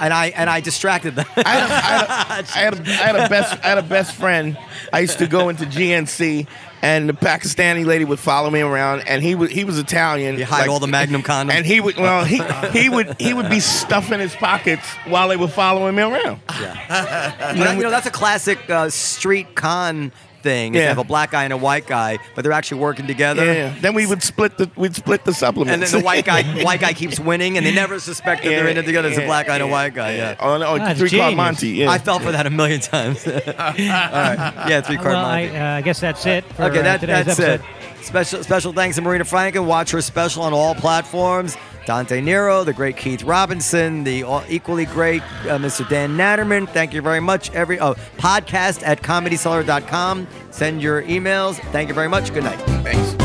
A: And I and I distracted
F: (laughs)
A: them.
F: I had, a,
A: (laughs)
F: I, had a, I, had a, I had a best I had a best friend. I used to go into GNC, and the Pakistani lady would follow me around, and he was he was Italian.
A: You hide all the Magnum condoms?
F: and he would well he he would he would be stuffing his pockets while they were following me
A: (laughs)
F: around.
A: But, you know, that's a classic uh, street con thing. is to
F: Yeah.
A: have a black guy and a white guy, but they're actually working together.
F: Yeah, then we would split the we'd split the supplements,
A: And then the white guy,
F: (laughs)
A: white guy keeps winning, and they never suspect that they're in it together. It's a
F: yeah,
A: black guy and a
F: yeah,
A: white guy. Yeah.
F: on, on
B: That's
F: three card
B: genius.
F: Monty. Yeah,
A: I fell for that a million times. (laughs) All right. Yeah, three card
B: well, I,
A: Monty.
B: uh, I guess that's it. For,
A: Okay,
B: uh,
A: that,
B: today's
A: that's
B: episode.
A: it. Special special thanks to Marina Franken. Watch her special on all platforms. Dante Nero, the great Keith Robinson, the all- equally great uh, Mr. Dan Natterman. Thank you very much. Every oh, podcast at comedyseller.com. Send your emails. Thank you very much. Good night.
F: thanks.